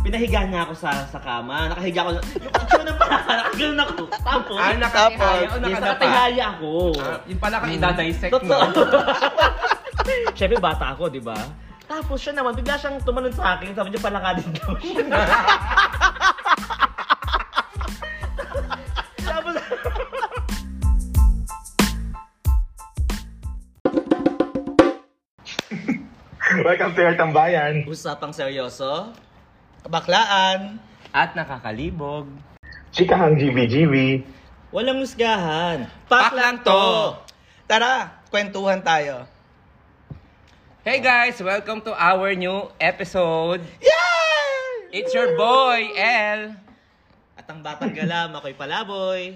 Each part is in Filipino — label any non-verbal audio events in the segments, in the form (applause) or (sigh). pinahiga niya ako sa sa kama. Nakahiga ako. Yung kutsyo ng palaka, nakaganoon ako. Tapos, Ah, nakatihaya o yes, nakadapa? nakatihaya ako. Ah, yung pala ka idadissect mo. Totoo. (laughs) Siyempre, bata ako, di ba? Tapos siya naman, bigla siyang tumanon sa akin. Sabi niya, palaka din daw siya. Tapos, Welcome to your tambayan. usapang seryoso, baklaan, At nakakalibog. Chikahang GBGB. walang musgahan. Pak lang to. Tara, kwentuhan tayo. Hey guys, welcome to our new episode. Yay! It's your boy, El. At ang (laughs) batang galam, ako'y palaboy.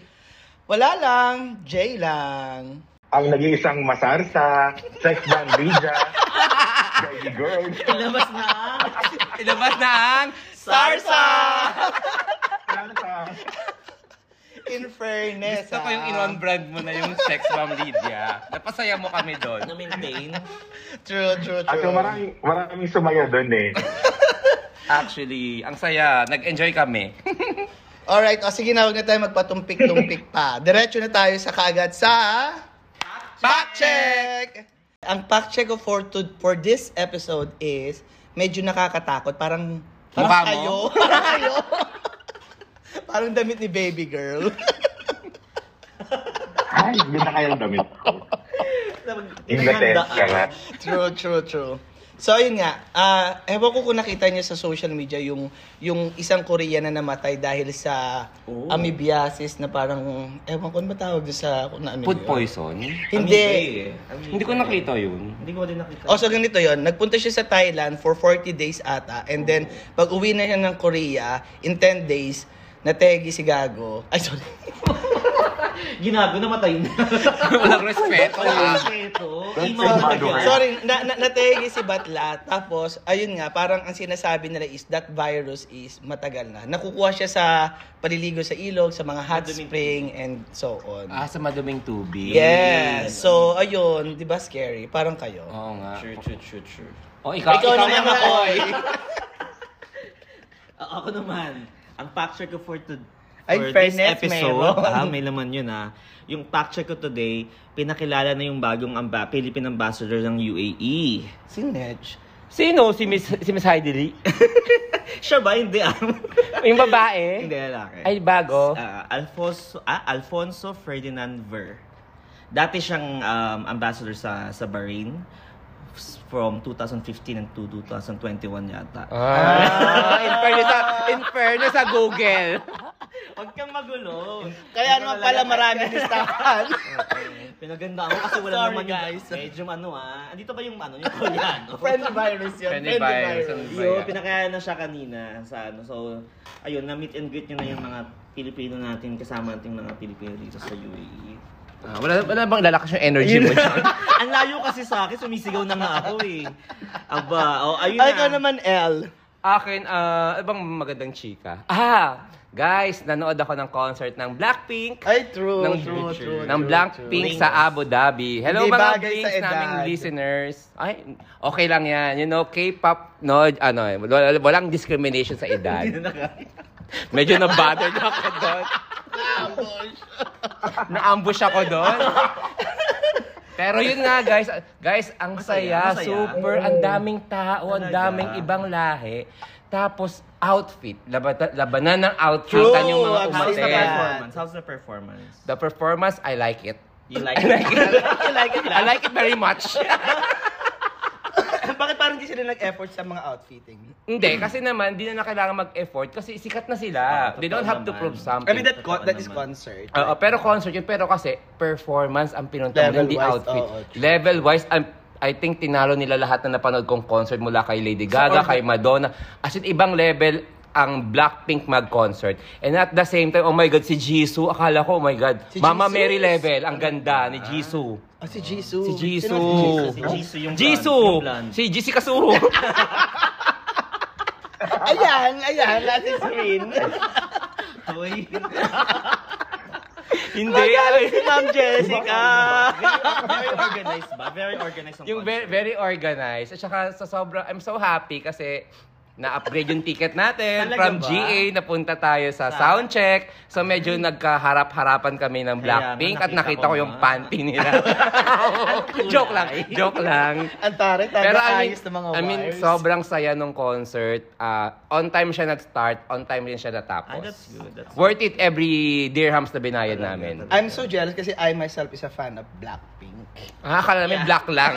Wala lang, Jay lang. Ang nag-iisang masarsa, sex bomb bija, baby girl. Ilabas na ang Ilabas na ang Sarsa! Sarsa. (laughs) In fairness, Gusto ko yung ah. (laughs) in-on brand mo na yung sex bomb Lydia. Napasaya mo kami doon. Na-maintain. True, true, true. At yung maraming, maraming sumaya doon eh. Actually, ang saya. Nag-enjoy kami. Alright, o sige na, huwag na tayo magpatumpik-tumpik pa. Diretso na tayo sa kagad sa... Fact check! Ang fact check ko for, to, for this episode is medyo nakakatakot. Parang, parang Mukha mo? kayo. (laughs) Parang kayo. parang damit ni baby (laughs) girl. Ay, hindi na kaya ang damit ko. Inglaterra. Pinaghandaan. true, true, true. So, ayun nga. ah ewan ko kung nakita niyo sa social media yung, yung isang Korean na namatay dahil sa Oh. amoebiasis na parang, ewan ko ano ba tawag doon sa, kung na ano Food yun? poison? Hindi. Amoeba. Hindi ko nakita yun. eh. Hindi ko din eh. nakita. O, so ganito yon Nagpunta siya sa Thailand for 40 days ata. And then, pag uwi na siya ng Korea, in 10 days, nategi si Gago. Ay, sorry. Ginago, namatay na. (laughs) Walang respeto. ah. Ito. Sigmado ka. Sorry. sorry, na, na, nategi si Batla. Tapos, ayun nga, parang ang sinasabi nila is that virus is matagal na. Nakukuha siya sa paliligo sa ilog, sa mga hot Madumi. spring, and so on. Ah, sa maduming tubig. Yes. So, ayun, di ba scary? Parang kayo. Oo nga. True, true, true, true. Oh, ikaw, ikaw, naman ako. Makoy. A- ako naman, ang fact check ko for, to, Ay, for this fairness, episode, meron. ah, may laman yun ah. Yung fact check ko today, pinakilala na yung bagong amba, Philippine Ambassador ng E. UAE. Si Nedge. Sino? Si Miss, si Miss Heidi Lee? Siya ba? Hindi ah. Yung babae? Hindi, lalaki. Eh? Ay, bago. Ah, Alfonso, ah, Alfonso Ferdinand Ver. Dati siyang um, ambassador sa sa Bahrain s- from 2015 and to 2021 yata. Ah, in fairness sa, in fairness sa Google. Huwag kang magulo. Kaya naman pala marami listahan. Pinaganda ako kasi wala Sorry, naman yung- guys. Medyo ano ah. Andito ba yung ano, yung (laughs) Koreano? (laughs) Friendly virus yun. Friendly virus. Yo, pinakaya na siya kanina sa ano. So, ayun, na-meet and greet niyo na yung mga Pilipino natin, kasama nating mga Pilipino dito sa E. UAE. Ah, wala, wala bang lalakas yung energy (laughs) mo dyan? (laughs) Ang layo kasi sa akin, sumisigaw na nga ako eh. Aba, oh, ayun Ay, na. Ah, ikaw (laughs) naman, L. Akin, ah, ibang magandang chika. Ah, guys, nanood ako ng concert ng Blackpink. Ay, true, (laughs) ng, true, true, ng true, Blackpink true. sa Abu Dhabi. Hello Hindi mga bagay Blinks sa edad. naming listeners. Ay, okay lang yan. You know, K-pop, no, ano, eh, wala- walang discrimination sa (laughs) edad. Medyo na-bothered ako doon. Na-ambush ako doon. Pero yun nga guys, guys, ang Masaya, saya, masaya. super, ang daming tao, ang Talaga. daming ibang lahi. Tapos outfit, labata, labanan ng outfit, True, yung mga ang How's the Mateo. umate. performance? How's the performance? The performance, I like it. You like (laughs) it? I like it I like it very (laughs) much. Bakit parang di sila nag-effort sa mga outfitting? Hindi, kasi naman, di na, na kailangan mag-effort kasi sikat na Ah, sila. They totoo don't have to naman. prove something. I mean, that, con- that is Totoo naman. concert. Oo, pero concert yun. Pero kasi, performance ang pinunta mo, hindi Level-wise, outfit. oo, true. Level-wise, I'm- I think tinalo nila lahat na napanood kong concert mula kay Lady Gaga, kay Madonna. As in, ibang level ang Blackpink mag-concert. And at the same time, oh my God, si Jisoo, akala ko, oh my God, Si Mama Jesus? Mary level, ang ganda ni Jisoo. Ah, si Jisoo. Si Sino Jisoo. Si Jisoo yung Jisoo! blonde, yung blonde. Si Jisoo (laughs) Kasuho! Ayan, ayan, nasa screen. Hoy. Hindi, ano si Ma'am Jessica. Very organized ba? Very organized ang Yung very, concert. very organized. At saka sa sobrang, I'm so happy kasi Na-upgrade yung ticket natin. Talaga From ba? GA, napunta tayo sa Sa- soundcheck. So medyo nagkaharap-harapan kami Kaya ng nga, Blackpink at nakita nakita ko ko yung nga. panty (laughs) nila. (laughs) joke lang, joke lang. Ang taray, Pero I mean, ayos ng mga I mean, wires. sobrang saya nung concert. Ah, on time siya nag-start, on time rin siya natapos. Ah, that's good. That's Worth it every dirhams na binayad namin. I'm so jealous kasi I myself is a fan of Blackpink. (laughs) Ah, akala namin black (laughs) lang.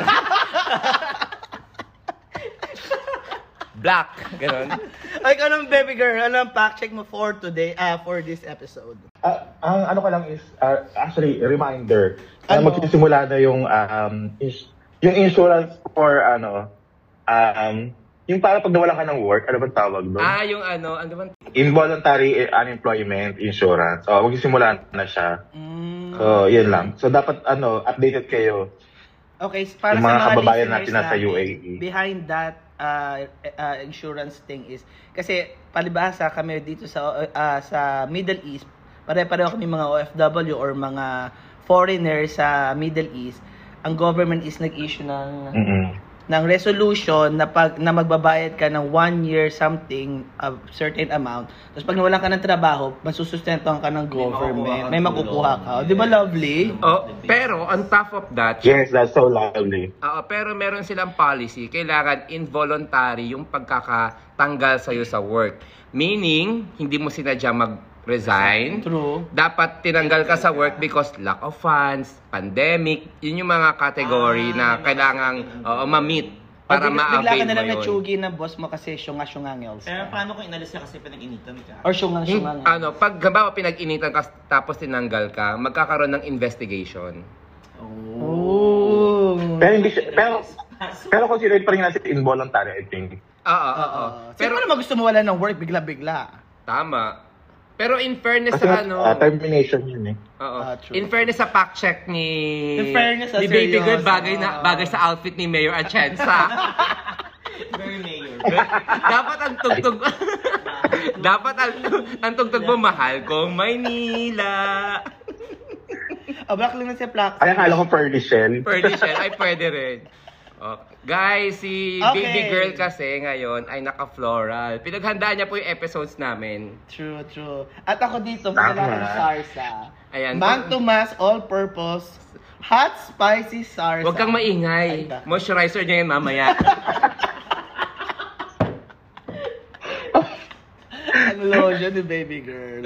black. Ganon. Ay, anong baby girl, anong fact check mo for today, ah, for this episode? Ah, ang ano ko lang is, ah, actually, reminder. Ah, Ano? Magsisimula na yung, um, is, yung insurance for, ano, um, yung para pag nawalan ka ng work, ano bang tawag doon? Ah, yung ano, ano bang Involuntary eh, unemployment insurance. Oh, magsisimula na siya. Mm. So, Oh, yun lang. So, dapat, ano, updated kayo. Okay, so Yung para mga sa mga kababayan listeners natin nasa E. natin, UAE. Behind that uh, uh, insurance thing is kasi palibhasa kami dito sa uh, sa Middle East, pare-pareho kami mga OFW or mga foreigner sa Middle East. Ang government is nag-issue ng Mm-mm. ng resolution na pag na magbabayad ka ng one year something a certain amount tapos pag nawalan ka ng trabaho masusustentuhan ka ng makukuha kang government may makukuha ka tulong. di ba Yes. lovely Oh, pero on top of that, Yes, that's so lovely. oo, pero meron silang policy, kailangan involuntary yung pagkakatanggal sa'yo sa work. Meaning, hindi mo sinadya mag-resign. true Dapat tinanggal ka sa work because lack of funds, pandemic, yun yung mga category Ah, na yung mga- kailangang oo, ma-meet para para bigla ka ma-avail na mo lang na yun. chugi ng boss mo kasi syunga-syungangels Pero ka. paano kung inalis ka kasi pinag-initan ka? or Hin- syungang-syungangels ano, pag halimbawa pinag-initan ka tapos tinanggal ka, magkakaroon ng investigation. oh Pero hindi siya, pero, pero considered pa rin natin involuntary, I think. Oo, oo, Oo. oo. Pero, Pero Sino naman gusto mawala ng work bigla-bigla? tama. Pero in fairness Kasi sa ano, ah, termination yun eh. oo. Ah, true. in fairness sa fact check ni In fairness, ah, ni Baby Girl seryoso. bagay na bagay sa outfit ni Mayor (laughs) Achenza. Very mayor. Dapat ang tugtog (laughs) Dapat ang, ang tugtog mo mahal kong Maynila. Abak Ah, lang na si Plax. Ay, akala ko Pearly Shell. Pwede siya, ay pwede rin. Oh, Guys, si Okay. Baby Girl kasi ngayon ay naka-floral. Pinaghandaan niya po yung episodes namin. True, true. At ako dito, Tama. magkala ng sarsa. Ayan. Man to mass, all-purpose, hot spicy sarsa. Huwag kang Ay, maingay. ba- Moisturizer niya yan mamaya. (laughs) Ang lotion ni baby girl.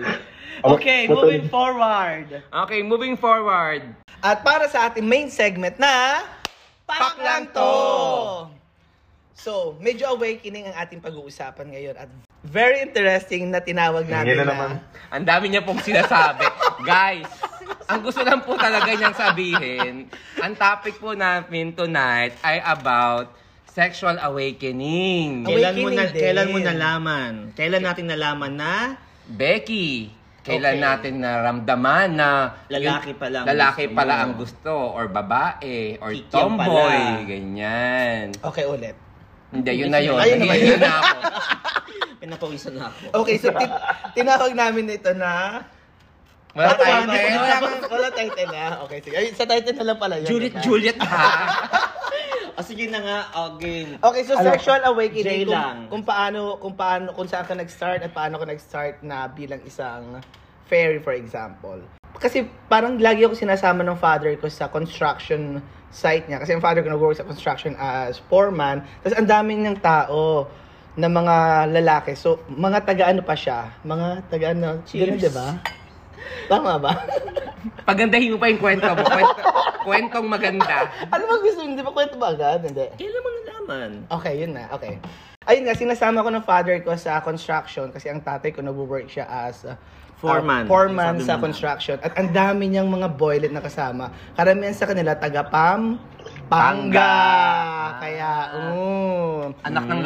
Oh, Okay, putol. moving forward. Okay, moving forward. At para sa ating main segment na... Pak lang to! So, medyo awakening ang ating pag-uusapan ngayon at very interesting na tinawag natin Yan na na, naman. Ang dami niya pong (laughs) sinasabi. Guys, ang gusto lang po talaga niyang sabihin, ang topic po namin tonight ay about sexual awakening. Kailan mo, na, Awa- Awakening din. kailan mo nalaman? Kailan natin nalaman na Becky, kailan Okay. natin naramdaman na Lalaki pala ang lalaki gusto pala mo. ang gusto or babae or Kikiam tomboy, pala. ganyan. Okay, ulit. Hindi, yun na yun. Ayun naman Ayun na ako. pinapawisan na ako? Okay, so tin- tinawag namin ito na... Wala Wala tayong title. wala Wala, wala title na. Okay, sige. Ay, sa title na lang pala yun. Juliet, diba? Juliet ha? O Ah, sige na nga, again. Okay, so Ano? sexual awakening Jay kung, lang. kung paano kung paano kung saan ka nag-start at paano ka nag-start na bilang isang fairy for example. Kasi parang lagi ako sinasama ng father ko sa construction site niya kasi ang father ko nag-work sa construction as foreman. Tapos ang dami niyang tao na mga lalaki. So, mga taga-ano pa siya? Mga taga-ano? Ganun, Cheers. di ba? Tama ba? (laughs) Pagandahin mo pa yung kwento mo. Kwento, kwentong maganda. ano ba gusto? Hindi ba kwento ba agad? Hindi. Kailan mo nalaman? Okay, yun na. Okay. Ayun nga, sinasama ko ng father ko sa construction kasi ang tatay ko nag-work siya as uh, Foreman. uh, Sabi foreman mo sa na. construction. At ang dami niyang mga boylet na kasama. Karamihan sa kanila, taga-pam, panga. Panga. Kaya, Ah. um. Anak ng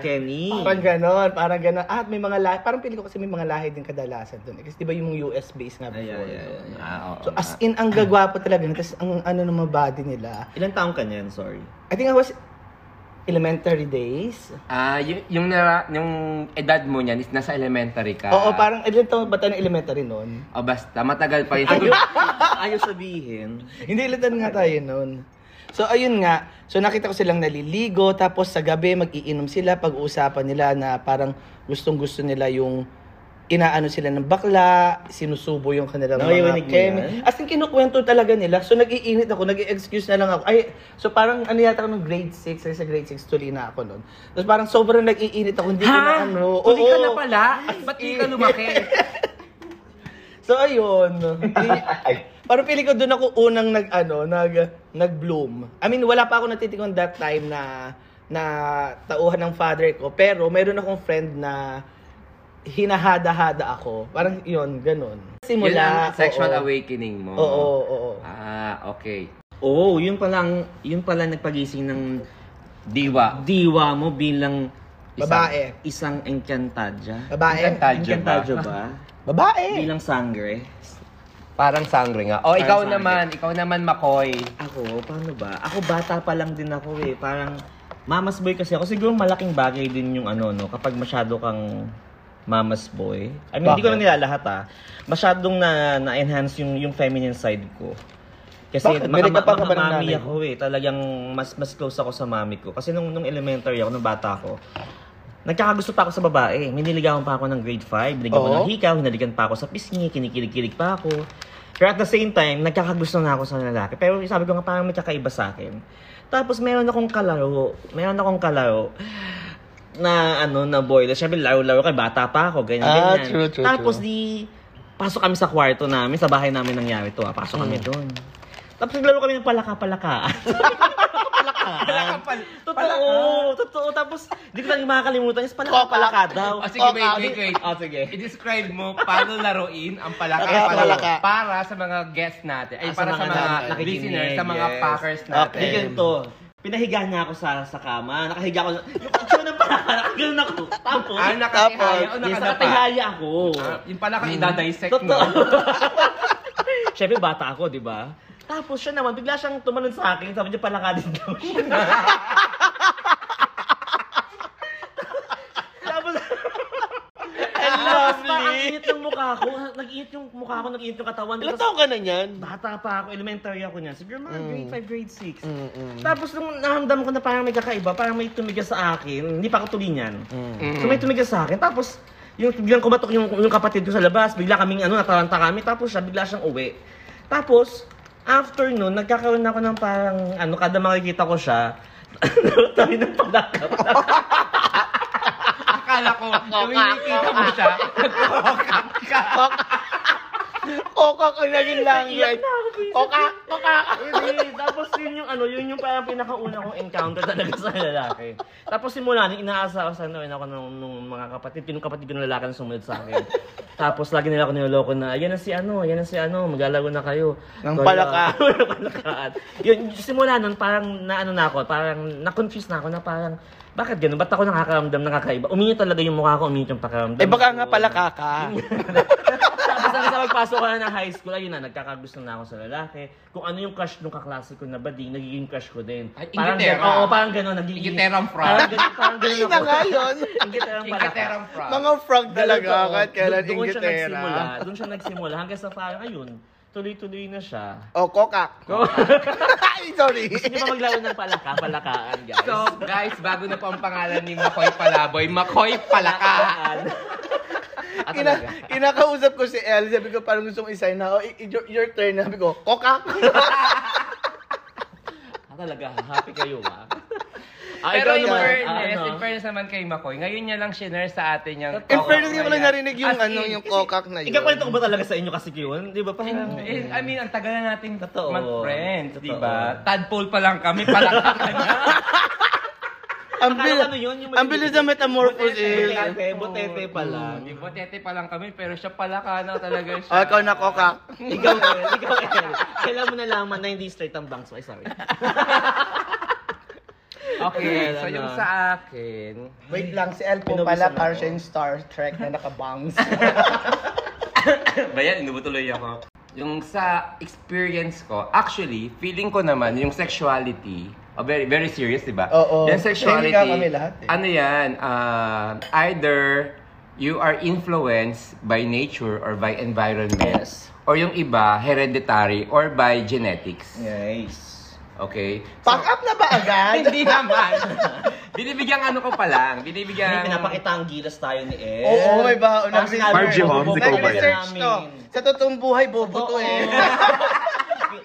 May Kenny. Parang ganon, parang ganon. At may mga lahi, parang pili ko kasi may mga lahi din kadalasan doon. Kasi di ba yung US base nga Ay, before. ay, ay, ay. Ah, oo So nga. as in, ang gagwapo talaga. Tapos ang ano ng mga body nila. Ilan taong ka niyan? Sorry. I think I was elementary days. Ah, yung, yung, nara, yung edad mo niyan is nasa elementary ka. Oo, parang ilan taon ba tayo ng elementary noon? O basta, matagal pa yun. Ayaw, ayaw sabihin. Hindi ilan taon nga tayo noon. So ayun nga, so nakita ko silang naliligo tapos sa gabi magiinom sila, pag-uusapan nila na parang gustong-gusto nila yung inaano sila ng bakla, sinusubo yung kanilang Nakayawinig mga mo kemi. yan? As in, kinukwento talaga nila. So, nag-iinit ako, nag-excuse na lang ako. Ay, so parang ano yata ako ng grade 6, kasi sa grade 6, tuli na ako nun. Tapos parang sobrang nag-iinit ako, hindi ko na Ha? ano. Tuli ka Oo. eh. na pala? At ba't di ka lumaki? So, ayun. (laughs) Ay. parang pili ko doon ako unang nag, ano, nag, nag-bloom. I mean, wala pa ako natitikon that time na na tauhan ng father ko. Pero meron akong friend na hinahada-hada ako. Parang yun, ganun. Yun ang Simula. sexual oo. awakening mo. Oo, oo, oo. Ah, okay. Oo, Oh, yun palang, yun pala nagpagising ng Diwa. diwa mo bilang Babae. isang encantadja. Babae. Encantadja ba? Encantadja ba? Babae. bilang sangre. Parang sangre nga. O, ikaw sangre. naman. Ikaw naman, Makoy. Ako, paano ba? Ako bata pa lang din ako eh. Parang mamas boy kasi ako. Siguro malaking bagay din yung ano, no? Kapag masyado kang mamas boy. I mean, hindi ko na Bakit? nilalahat ah. Masyadong na, na-enhance yung, yung feminine side ko. Kasi Bakit? mga, Binigyan mga, pa ka ba ng mami nanay mo? ako eh. Talagang mas, mas close ako sa mami ko. Kasi nung, nung elementary ako, nung bata ako, Nagkakagusto pa ako sa babae. May niligawan pa ako ng grade 5. Binigyan ko Oo. ng hikaw, hinalikan pa ako sa pisngi, kinikilig-kilig pa ako. Pero at the same time, nagkakagusto na ako sa lalaki. Pero sabi ko nga, parang may kakaiba sa akin. Tapos meron akong kalaro. Meron akong kalaro na ano na boy. Siyempre, laro-laro kay bata pa ako, ganyan, Ah, ganyan. true, true, Tapos true. di, pasok kami sa kwarto namin, sa bahay namin nangyari to. ah. Pasok Mm. kami doon. Tapos naglaro kami ng palaka-palaka. Totoo, totoo. Tapos, hindi ko lang makakalimutan. Is palaka, palaka daw. O, Oh, sige, wait, wait, wait. Ah, sige. I-describe mo paano laruin ang Palaka, palaka. palaka-palaka para sa mga guests natin. Ay, Ah, para sa mga nakikinig, listeners, sa mga yes. packers Okay. natin. Ganyan to. Pinahiga niya ako sa sa kama. Nakahiga ako. Yung itsura ng palaka, nakaganoon ako. Tapos, Ah, nakatihaya o yes, nakadapa. nakatihaya ako. Ah, yung palaka, idadissect mo. Totoo. (laughs) Siyempre, bata ako, di ba? Tapos siya naman, bigla siyang tumalon sa akin. Sabi niya, palaka din daw siya. (laughs) Tapos, Tapos parang (laughs) ang init ng mukha ko. Nag-init yung mukha ko, nag-init yung katawan. Ilan Tapos, taong ka na niyan? Bata pa ako, elementary ako niyan. Siguro mga grade 5, grade 6. Tapos nung naramdaman ko na parang may kakaiba, parang may tumigas sa akin, hindi pa ako tuloy niyan. So may tumigas sa akin, tapos yung biglang kumatok yung, yung kapatid ko sa labas, bigla kaming ano, nataranta kami, tapos siya bigla siyang uwi. Tapos, after nun, nagkakaroon ako ng parang ano, kada makikita ko siya, (laughs) tayo ng palakap. Akala ko, tuwing nakikita mo siya, nagkakakak ka. Koka ko naging language. Iyak na ako, please. Koka, koka. Hindi, tapos yun yung ano, yun yung parang pinakauna kong encounter talaga sa lalaki. Tapos simula nung inaasawasan na rin ano, eh, ako ng, nung mga kapatid, pinong kapatid ko ng lalaki na sumunod sa akin. tapos lagi nila ako niloloko na, yan na si ano, yan na si ano, maglalago na kayo. Ng Kaya- palaka. (laughs) ng palakaan. Yun, simula nun, parang naano na ako, parang na-confuse na ako na parang, bakit ganun? Ba't ako nakakaramdam ng kakaiba? Umiinit talaga yung mukha ko, umiinit yung pakiramdam. Eh baka ko. nga pala kaka. Tapos hanggang sa magpasok ko na ng high school, ayun na, nagkakagusto na ako sa lalaki. Kung ano yung crush nung kaklase ko na bading, nagiging crush ko din. Ay, gano'n, Ingitera. oo, parang gano'n. Nagiging, Ingiterang frog. Parang gano'n, parang gano'n Ay na nga (laughs) yun. Ingiterang pala. Ingiterang frog. Mga frog talaga. Ganun to, Kahit kailan doon- Doon siya ingitera. nagsimula. Doon siya nagsimula. Hanggang sa parang, ayun, tuloy-tuloy na siya. O, koka. Oh, (laughs) Ay, sorry. Hindi pa maglaro ng palaka, palakaan, guys. So, guys, bago na po ang pangalan ni Makoy Palaboy, Makoy Palaka. At Ina, talaga. kinakausap ko si El, sabi ko parang gusto kong isign na, oh, i- i- your, your turn. Sabi ko, koka. Ah, talaga, happy kayo, ha? Ah, Pero ikaw in naman, fairness, ah, ano? in fairness naman kay Makoy, ngayon niya lang shinare sa atin yung... In In Kokak fairness, hindi ko lang niya. narinig yung, As ano, in, yung kokak na yun. Ikakwento ko ba talaga sa inyo kasi yun? Di ba? Parang, Eh, I mean, ang tagal na natin Totoo. mag-friends, Totoo. di ba? Tadpole pa lang kami, palaka ka na. Ang bilis, Akala ko ano yun, yung ang bilis na metamorphosis. Botete, botete pa lang. Di ba, tete pa lang kami, pero siya palaka na talaga siya. O, Oh, ikaw na kokak. ikaw, El, ikaw, El. Kailan mo nalaman na hindi straight ang bangs mo? Ay, sorry. (laughs) Okay, so Ano? yung sa akin, Wait lang, si El po Pinubusan pala ako. para siya yung Star Trek na nakabangs. Bayan, inubutuloy ako. Yung sa experience ko, actually, feeling ko naman yung sexuality, oh, very very serious, di ba? Oo. Yung sexuality, Nahihiga kami lahat eh. ano yan, ah, either you are influenced by nature or by environment. Or yung iba, hereditary or by genetics. Nice. Okay? Pack up na ba agad? (laughs) Hindi naman. Binibigyang ano ko pa lang. Hindi, Binibigyang... pinapakita ang gilas tayo ni Ed. Oo, may baon. Parang sinabi Margie ko, Hong, bobo ikaw ba yan? Nag-research namin. to. Sa totoong buhay, bobo to Oo. eh.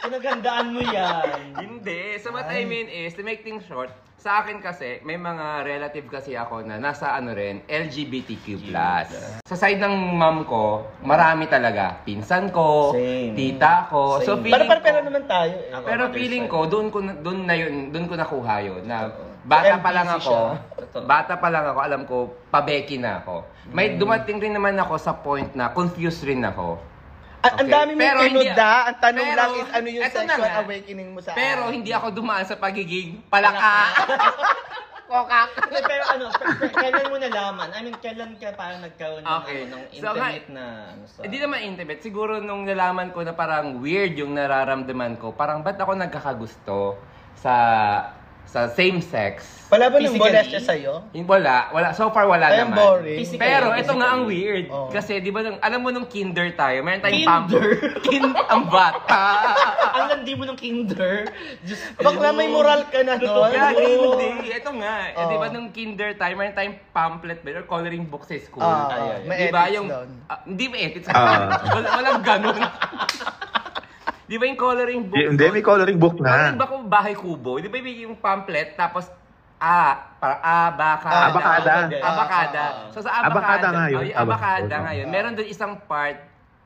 Pinagandaan mo yan. Hindi. So what I mean is, to make things short, sa akin kasi, may mga relative kasi ako na nasa ano rin, LGBTQ+. Sa side ng mom ko, marami talaga. Pinsan ko, Same. tita ko. So Same. feeling Pero pero pero ko- naman tayo eh. pero feeling ko doon ko na- doon na yun, doon ko nakuha yun na bata pa lang LBC ako. siya. Bata pa lang ako, alam ko pabeki na ako. Mm. May dumating rin naman ako sa point na confused rin ako. A- Ah, Ang Okay. dami mong Pero hindi- inuda. Ang tanong pero, lang is ano yung eto na sexual nga. awakening mo sa Pero hindi ako dumaan sa pagiging palaka. (laughs) Kokak. Hindi, pero (laughs) ano, k- k- kailan mo nalaman? I mean, kailan ka parang nagkaroon ng, Okay. ano, ng Ah, So, intimate na... Ano, sa... Hindi naman intimate. Siguro nung nalaman ko na parang weird yung nararamdaman ko, parang ba't ako nagkakagusto sa sa same sex? Wala ba nang Physically? bolas siya sa'yo? Hin- Wala, wala. So far wala Ay, ang naman. boring. Oh. Physically, Pero ito nga ang physically. weird. Oo. Kasi di ba nung, alam mo nung kinder tayo, meron tayong Kinder? pam- Kin- ang bata. Ang landi mo ng kinder. Just, Bakla may moral ka na Totoo nun. yan. Gagi, eh, hindi. Ito nga. Eh, Oo. Di ba nung kinder tayo, meron tayong pamphlet ba, or coloring book sa school. Oo, Ay, ay, ay. may Di ba ethics yung, doon. Ah, hindi may ethics. Ah. (laughs) Wala, walang ganun. (laughs) Di ba yung coloring book? Hindi, hindi, may coloring book Coloring na. ba kung bahay kubo? Di ba yung pamphlet, tapos A, para abakada. Abakada. Abakada. Ah, So sa abakada, Abakada nga yun. ay, abakada Abakada. nga yun. Meron doon isang part,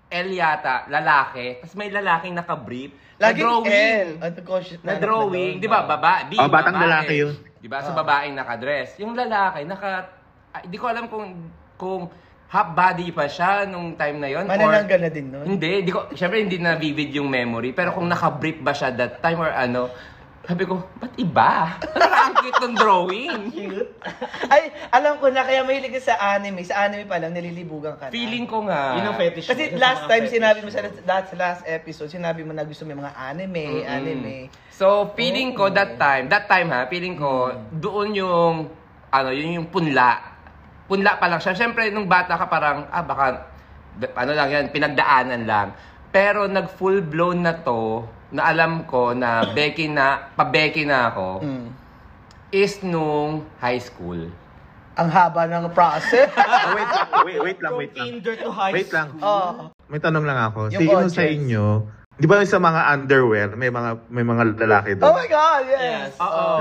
L yata, lalaki. Tapos may lalaking nakabrief. Laging Oh, Na-drawing. L. At conscious Na anak drawing, doon. di ba? Baba, B, Oh, batang babae. lalaki yun. Di ba? Sa babaeng nakadress. Yung lalaki, naka... ah, Hindi ko alam kung kung half body pa siya nung time na yon or... Manananggal na din nun. Hindi, hindi ko... Siyempre, hindi na vivid yung memory. Pero kung naka-brief ba siya that time or ano, sabi ko, ba't iba? (laughs) Parang ang cute ng drawing. Ay, alam ko na, kaya mahilig ka sa anime. Sa anime pa lang, nililibugan ka na. Feeling ko nga. Yun ang fetish mo. Kasi Isa sa last mga time fetish sinabi mo mo. sa last, last episode, sinabi mo na gusto mo yung mga anime, anime. Mm. Oh. So, feeling ko that time, that time ha, feeling ko, Mm. doon yung, ano, yun yung punla. Punla pa lang siya. Siyempre, nung bata ka parang, ah, baka, d- ano lang yan, pinagdaanan lang. Pero nag full blown na to, na alam ko na beki na, pabeki na ako, Mm. is nung high school. Ang haba ng process. (laughs) Ah, wait, lang, wait, wait lang, From wait lang. kinder to high Wait lang. school. oh. May tanong lang ako. Yung Sino sa audience. inyo, di ba yung sa mga underwear, may mga may mga lalaki oh doon? my God, yes. Yes. Oh. Oo.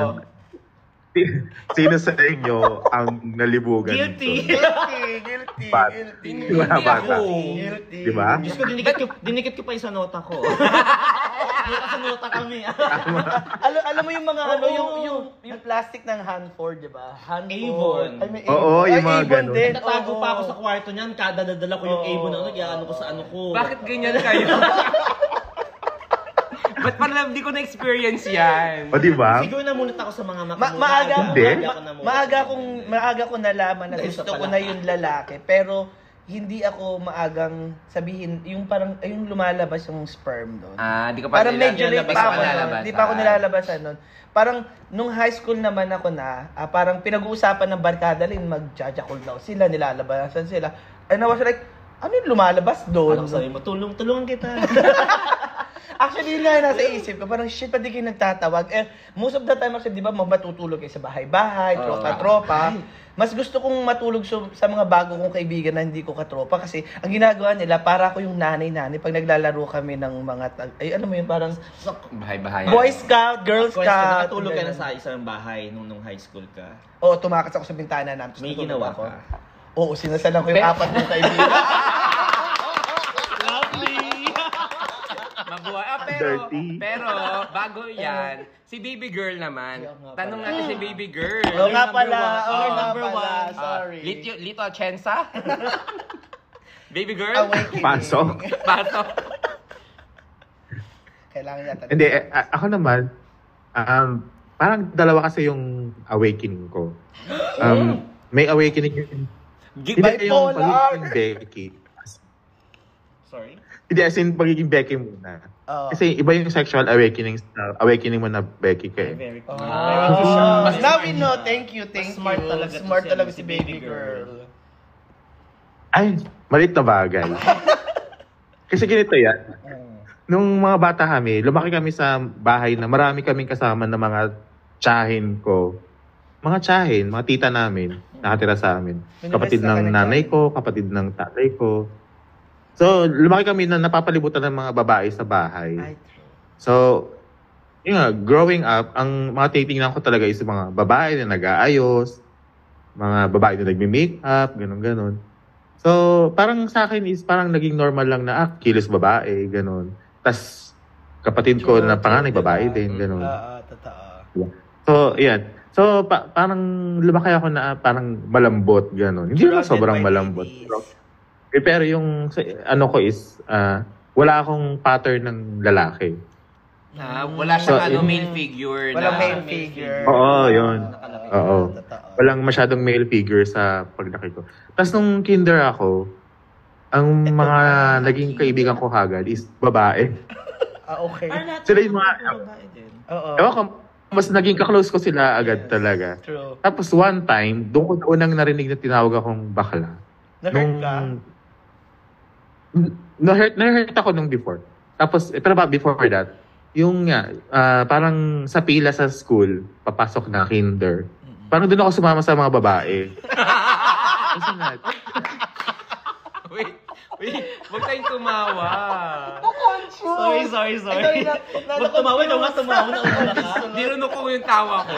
Sino sa inyo ang nalibugan? Guilty. dun? Guilty, guilty, Bad. Diba? guilty. Hindi Yung mga bata. ako. Guilty. Di ba? Diyos ko, dinikit ko, dinikit ko pa yung sa nota (laughs) ko. Dito sa nota kami. Alam, alam mo yung mga ano, Oo. yung, yung, yung plastic ng Hanford, di ba? Hanford. Avon. Ay, may Oo, Avon. yung Ay, mga Avon ganun. din, Nagtatago oo. pa ako sa kwarto niyan, kada dadala ko yung abo na ano, ano ko sa ano Oh. ko. Bakit ganyan kayo? (laughs) Ba't parang hindi ko na-experience yan? O di ba? Siguro namunot ako sa mga Ma- makamulat. maaga akong, Hindi. ma- maaga akong, maaga akong nalaman na Dahil gusto sa ko palaka. na yung lalaki. Pero, hindi ako maagang sabihin, yung parang, ay, yung lumalabas yung sperm doon. Ah, di ko pa parang nila- medyo late di ko pa ako nun. nalalabasan. Di pa ako nilalabasan nun. Parang, nung high school naman ako na, ah, parang pinag-uusapan ng barkada rin, mag-jajakol daw sila, nilalabasan sila. And I was like, ano yung lumalabas Alam doon? ko sabi mo, tulong, tulungan (laughs) kita. Actually, yun nga yung nasa isip ko. Parang, shit, pati kayo nagtatawag. Eh, most of the time, actually, di ba, magmatutulog kayo sa bahay-bahay, Oo. tropa-tropa. Mas gusto kong matulog sa, sa mga bago kong kaibigan na hindi ko katropa kasi ang ginagawa nila, para ako yung nanay-nanay pag naglalaro kami ng mga, tag- ay, ano mo yun, parang so, Bahay-bahay. Boy Scout, Girl Kwesta, Scout. nakatulog ka na ganun. sa isang bahay nung, nung high school ka. Oo, tumakas ako sa bintana namin. tapos May natulog ginawa ako. ka. Oo, sinasalan ko yung Pero- apat (laughs) mong kaibigan. Lovely! Mabuhay. Ah, pero, Dirty. pero, bago yan, si baby girl naman. Yun nga pala. Tanong natin si baby girl. Oo nga pala, Number oo one. nga Number pala, one. Ah, sorry. Lito, Lito (laughs) Chensa? baby girl? Awakening. Pasok. Paso. Kailangan yata. Hindi, eh, a- ako naman, um, parang dalawa kasi yung awakening ko. Um, may awakening yung... Gi- Hindi yung Bipolar! pagiging Becky. Sorry? Hindi, as in pagiging Becky muna. Oo. Kasi iba yung sexual awakening na awakening mo na Becky ka Ay, eh. Very cool. Ah. Very cool. Mas Mas now smart we na. know. Thank you, thank Mas smart you. talaga to smart si- talaga ano, si baby girl. Ay, malit na bagay. Kasi ganito yan. nung mga bata kami, lumaki kami sa bahay na marami kaming kasama ng mga tsahin ko. Mga tsahin, mga tita namin, nakatira sa amin. Minimiss Kapatid na ka ng ng nanay tsahin. ko, kapatid ng tatay ko. So, lumaki kami na napapalibutan ng mga babae sa bahay. Ay, true. So, yun nga, growing up, ang mga titingnan ko talaga is yung mga babae na nag-aayos, mga babae na nagme-makeup, ganun ganun. So, parang sa akin is parang naging normal lang na ah, kilos babae, ganun. Tas kapatid ko na panganay diba? babae din, ganun. Oo, Ah, totoo. So, yan. So, pa- parang lumaki ako na ah, parang malambot, ganun. Hindi naman Surrounded sobrang by malambot. ladies. Pero, eh, pero yung sa- ano ko is, ah, wala akong pattern ng lalaki. Ah, wala siyang So, ano, yun. male figure Walang na... male figure. Oo, yun. Nakalaki. Oo. Totoo. walang masyadong male figure sa paglaki ko. Tapos nung kinder ako, ang Eto mga na, naging kinder. kaibigan ko kagad is babae. Ah, okay. Sila yung mga- Oo. Ewan ko, mas naging kaklose ko sila agad Yes. talaga. True. Tapos one time, doon ko na unang narinig na tinawag akong bakla. Na-hurt ka? N- Na-hurt, na-hurt ako nung before. Tapos, eh, pero ba before that, yung nga, ah, parang sa pila sa school, papasok na kinder. Parang doon ako sumama sa mga (laughs) babae. Kasi nga, (laughs) Wait, wait. Huwag tayong tumawa. Sorry, sorry, sorry. Ay, sorry, na- na- Huwag tumawa, daw nga tumawa na ulo ka. Nirunok ko yung tawa ko.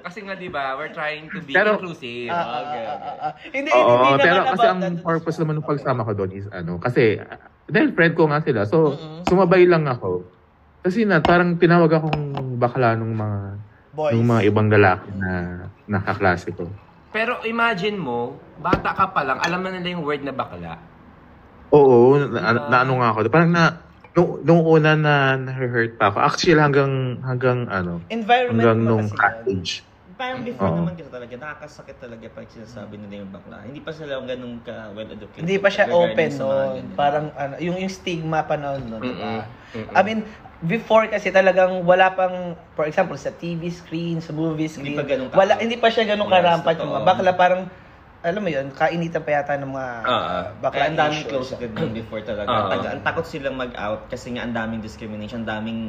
Kasi nga, di ba, we're trying to be Pero- inclusive. Ah, ah, ah, ah, ah. Hindi, hindi, Oo, hindi pero naman kasi about ang that. purpose naman ng pagsama ko doon is ano, kasi ah, dahil friend ko nga sila, so Mm-mm. sumabay lang ako. Kasi na parang tinawag akong bakla nung mga Boys. nung mga ibang lalaki na nakaklase ko. Pero imagine mo, bata ka pa lang, alam na nila yung word na bakla. Oo, na, Diba? na- naano nga ako. Parang na nung, nung una na na-hurt pa ako. Actually hanggang hanggang ano, Environment hanggang mo nung kasi yun. college. Parang before Oo. naman kita talaga, nakakasakit talaga pag sinasabi nila yung bakla. Hindi pa sila ganun ka well-educated. Hindi pa siya regarding open sa mga noon. ganyan. Parang ano, yung, yung stigma pa noon, no, di ba? Mm-mm, mm-mm. I mean, before kasi talagang wala pang, for example, sa TV screen, sa movie screen, Hindi pa ganun ka- wala, hindi pa siya ganun Yes, karampat yung mga totoo. bakla. Parang, alam mo yun, kainitan pa yata ng mga Ah, ah. bakla Kaya ang daming issues. closeted nun before talaga. Oo. Taga- ang takot silang mag-out kasi nga ang daming discrimination, ang daming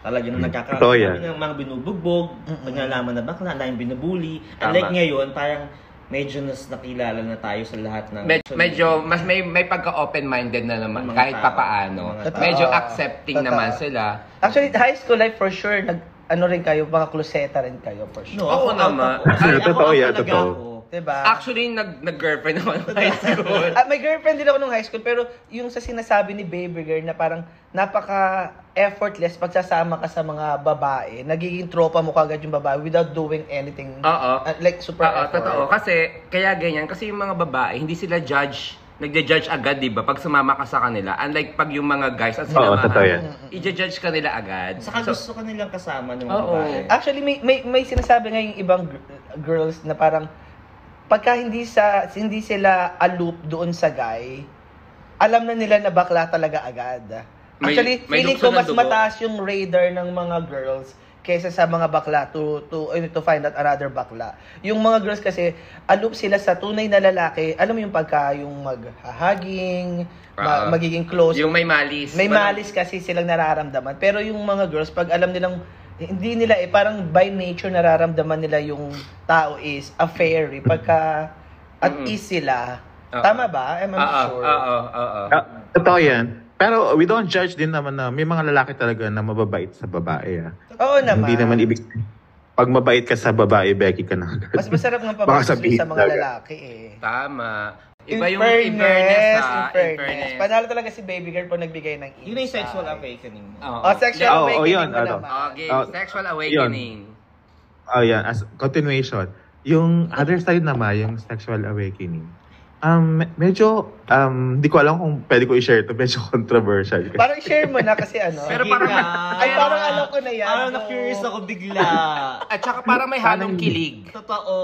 talagang Mm. nagkakaroon Totoo yan. ng mga binubugbog, Mm-mm. pag nalaman na bakla, ang daming binubuli. Tama. And like ngayon, parang medyo nas nakilala na tayo sa lahat ng... Med- medyo mas may may pagka open-minded na naman Mga kahit tao. papaano. Mga tao. Medyo Totoo. accepting Totoo. naman sila. Actually, high school life for sure, nag, ano rin kayo, mga kloseta rin kayo for sure. No, Ako out naman. ako. Kasi Totoo ako out yan, talaga totoo. ako. Diba? Actually nag nag-girlfriend naman ako (laughs) high school. Ah, may girlfriend din ako nung high school, pero yung sa sinasabi ni Baby Girl na parang napaka effortless pagsasama ka sa mga babae, nagiging tropa mo kagad yung babae without doing anything. Oo. Ah, like super Oo, effort. totoo. Kasi kaya ganyan kasi yung mga babae hindi sila judge Nagja-judge agad, di ba? Pag sumama ka sa kanila. Unlike pag yung mga guys, ang Oo, sinamahan, totoo yan. i-judge ka nila agad. Saka So, gusto ka nilang kasama ng mga Oo. babae. Actually, may, may, may sinasabi nga yung ibang gr- girls na parang pagka hindi sa hindi sila aloof doon sa guy, alam na nila na bakla talaga agad. May- Actually, may feeling dukso ko ng mas dugo. mataas yung radar ng mga girls kaysa sa mga bakla to to eh, to find out another bakla. Yung mga girls kasi aloof sila sa tunay na lalaki. Alam mo yung pagka yung maghahaging, Ah. ma- magiging close yung may malis. may Walang- malis kasi silang nararamdaman. Pero yung mga girls, pag alam nilang, hindi nila eh, parang by nature nararamdaman nila yung tao is a fairy. Pagka at Mm-mm. Ah. ease sila. Oo. Tama ba? Eh, I'm, I'm Oo, sure. oo, oo. Ah, totoo yan. Pero we don't judge din naman na may mga lalaki talaga na mababait sa babae. Ah. Oo naman. Hindi naman ibig sabihin, pag mabait ka sa babae, Becky ka na (laughs) agad. Mas masarap ng Baka pabaksin sabihin sa mga talaga. lalaki eh. Tama. In Iba yung fairness, in fairness, ah, in fairness. Panalo talaga si baby girl po nagbigay ng insight. Yun na yung sexual awakening mo. Oo. Oh, sexual Oo, oo, awakening yun, mo ano. naman. Okay, Ah, sexual awakening. Oh, yan. As continuation. Yung other side naman, yung sexual awakening. Um, medyo, um, di ko alam kung pwede ko i-share to. Medyo (laughs) controversial. Parang share mo na kasi ano. Pero parang- Ay, parang alam ko na yan, Parang no. na-curious ako (laughs) bigla. At saka parang may halong kilig. Totoo.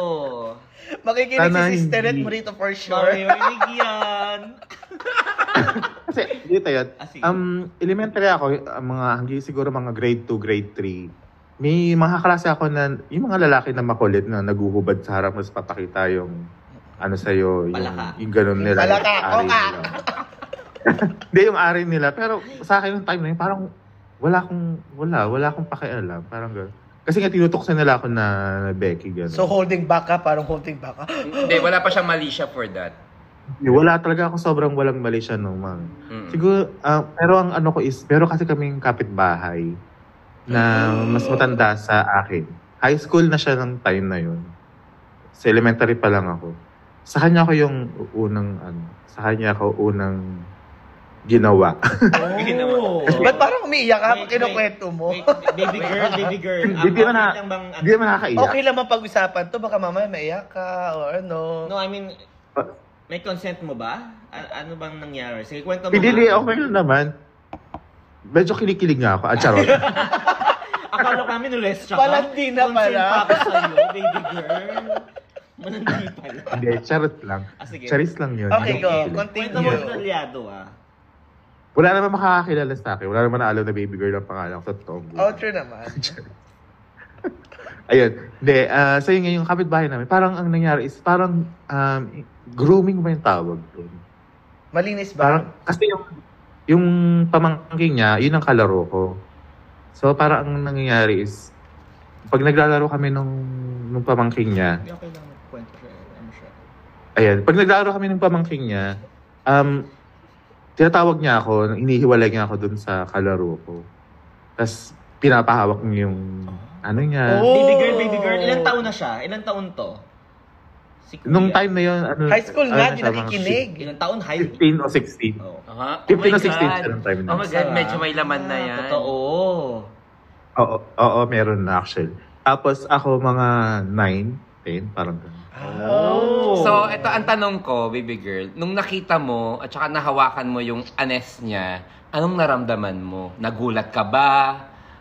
Makikinig Sana si Sisteret hindi. mo rito for sure. Maririnig yan. Kasi, dito yun. Ah, sige. Um, elementary ako, uh, mga, hanggang siguro mga grade 2, grade 3. May mga kaklase ako na, yung mga lalaki na makulit na naguhubad sa harap, mas papakita yung, ano sa'yo, yung, Palaka. yung ganun nila. (laughs) Palaka, yung ari oka. nila. Hindi yung arin nila. Pero sa akin yung time na yun, parang wala akong, wala, wala akong pakialam. Parang gano'n. Kasi nga tinutuksan nila ako na, na Becky, gano'n. So holding back ka, parang holding back ka. Hindi, wala pa siyang mali siya for that. wala talaga ako sobrang walang mali siya nung mga. Mm. Siguro, ah, pero ang ano ko is, pero kasi kaming kapitbahay na Hmm. mas matanda sa akin. High school na siya ng time na yun. Sa elementary pa lang ako. Sa kanya ko yung unang, ano, sa kanya ko unang ginawa. (laughs) Oh. Ba't parang umiiyak ka pag Wait, wait. kinukwento mo? Wait, baby girl, baby girl. Hindi Ang di ba na, awkward lang bang, ano? hindi naman nakakaiyak. Okay lang bang pag-usapan to? Baka mamaya maiyak ka or ano. No, I mean, may consent mo ba? A- ano bang nangyari? Sige, kwento mo. Hindi, nga. hindi, okay lang naman. Medyo kinikilig nga ako. Ah, (laughs) charot. Akala ko namin ules siya. Palandi na pala. Consent pa ako sa'yo, baby girl. Manandi pala. hindi, charot lang. Ah, sige. Charis lang yun. Okay, Hindi go. ako kinikilig. Kwento mo Continue. detalyado ah. Wala naman makakakilala sa akin. Wala naman naalaw na baby girl ang pangalan ko sa totoong buhay. Oh, true naman. Ayun. Hindi, ah, so yun nga yung kapitbahay namin. Parang ang nangyari is parang um, grooming ba yung tawag doon? Malinis ba? Parang, kasi yung, yung pamangking niya, yun ang kalaro ko. So parang ang nangyayari is, pag naglalaro kami nung, nung pamangking niya, Hindi okay lang kwento siya. Ano siya? Ayan, pag naglaro kami ng pamangking niya, um, tinatawag niya ako, inihiwalay niya ako dun sa kalaro ko. Tapos, pinapahawak niya yung, ano niya. Oh. Baby girl, baby girl. Ilang taon na siya? Ilang taon to? Si Kuya. Nung time na yun, ano, High school ano nga, di siya, mga nakikinig. Ilang taon? High? Oh. 15 o 16. Oo. Aha. Oh 15 my o 16 God. siya ng time na. Oh my God, Sarap. medyo may laman na Ah, yan. Totoo. Oo, oo, meron na actually. Tapos ako mga 9, 10, parang ganun. Ah. Oh. So, ito ang tanong ko, baby girl. Nung nakita mo at saka nahawakan mo yung anes niya, anong naramdaman mo? Nagulat ka ba?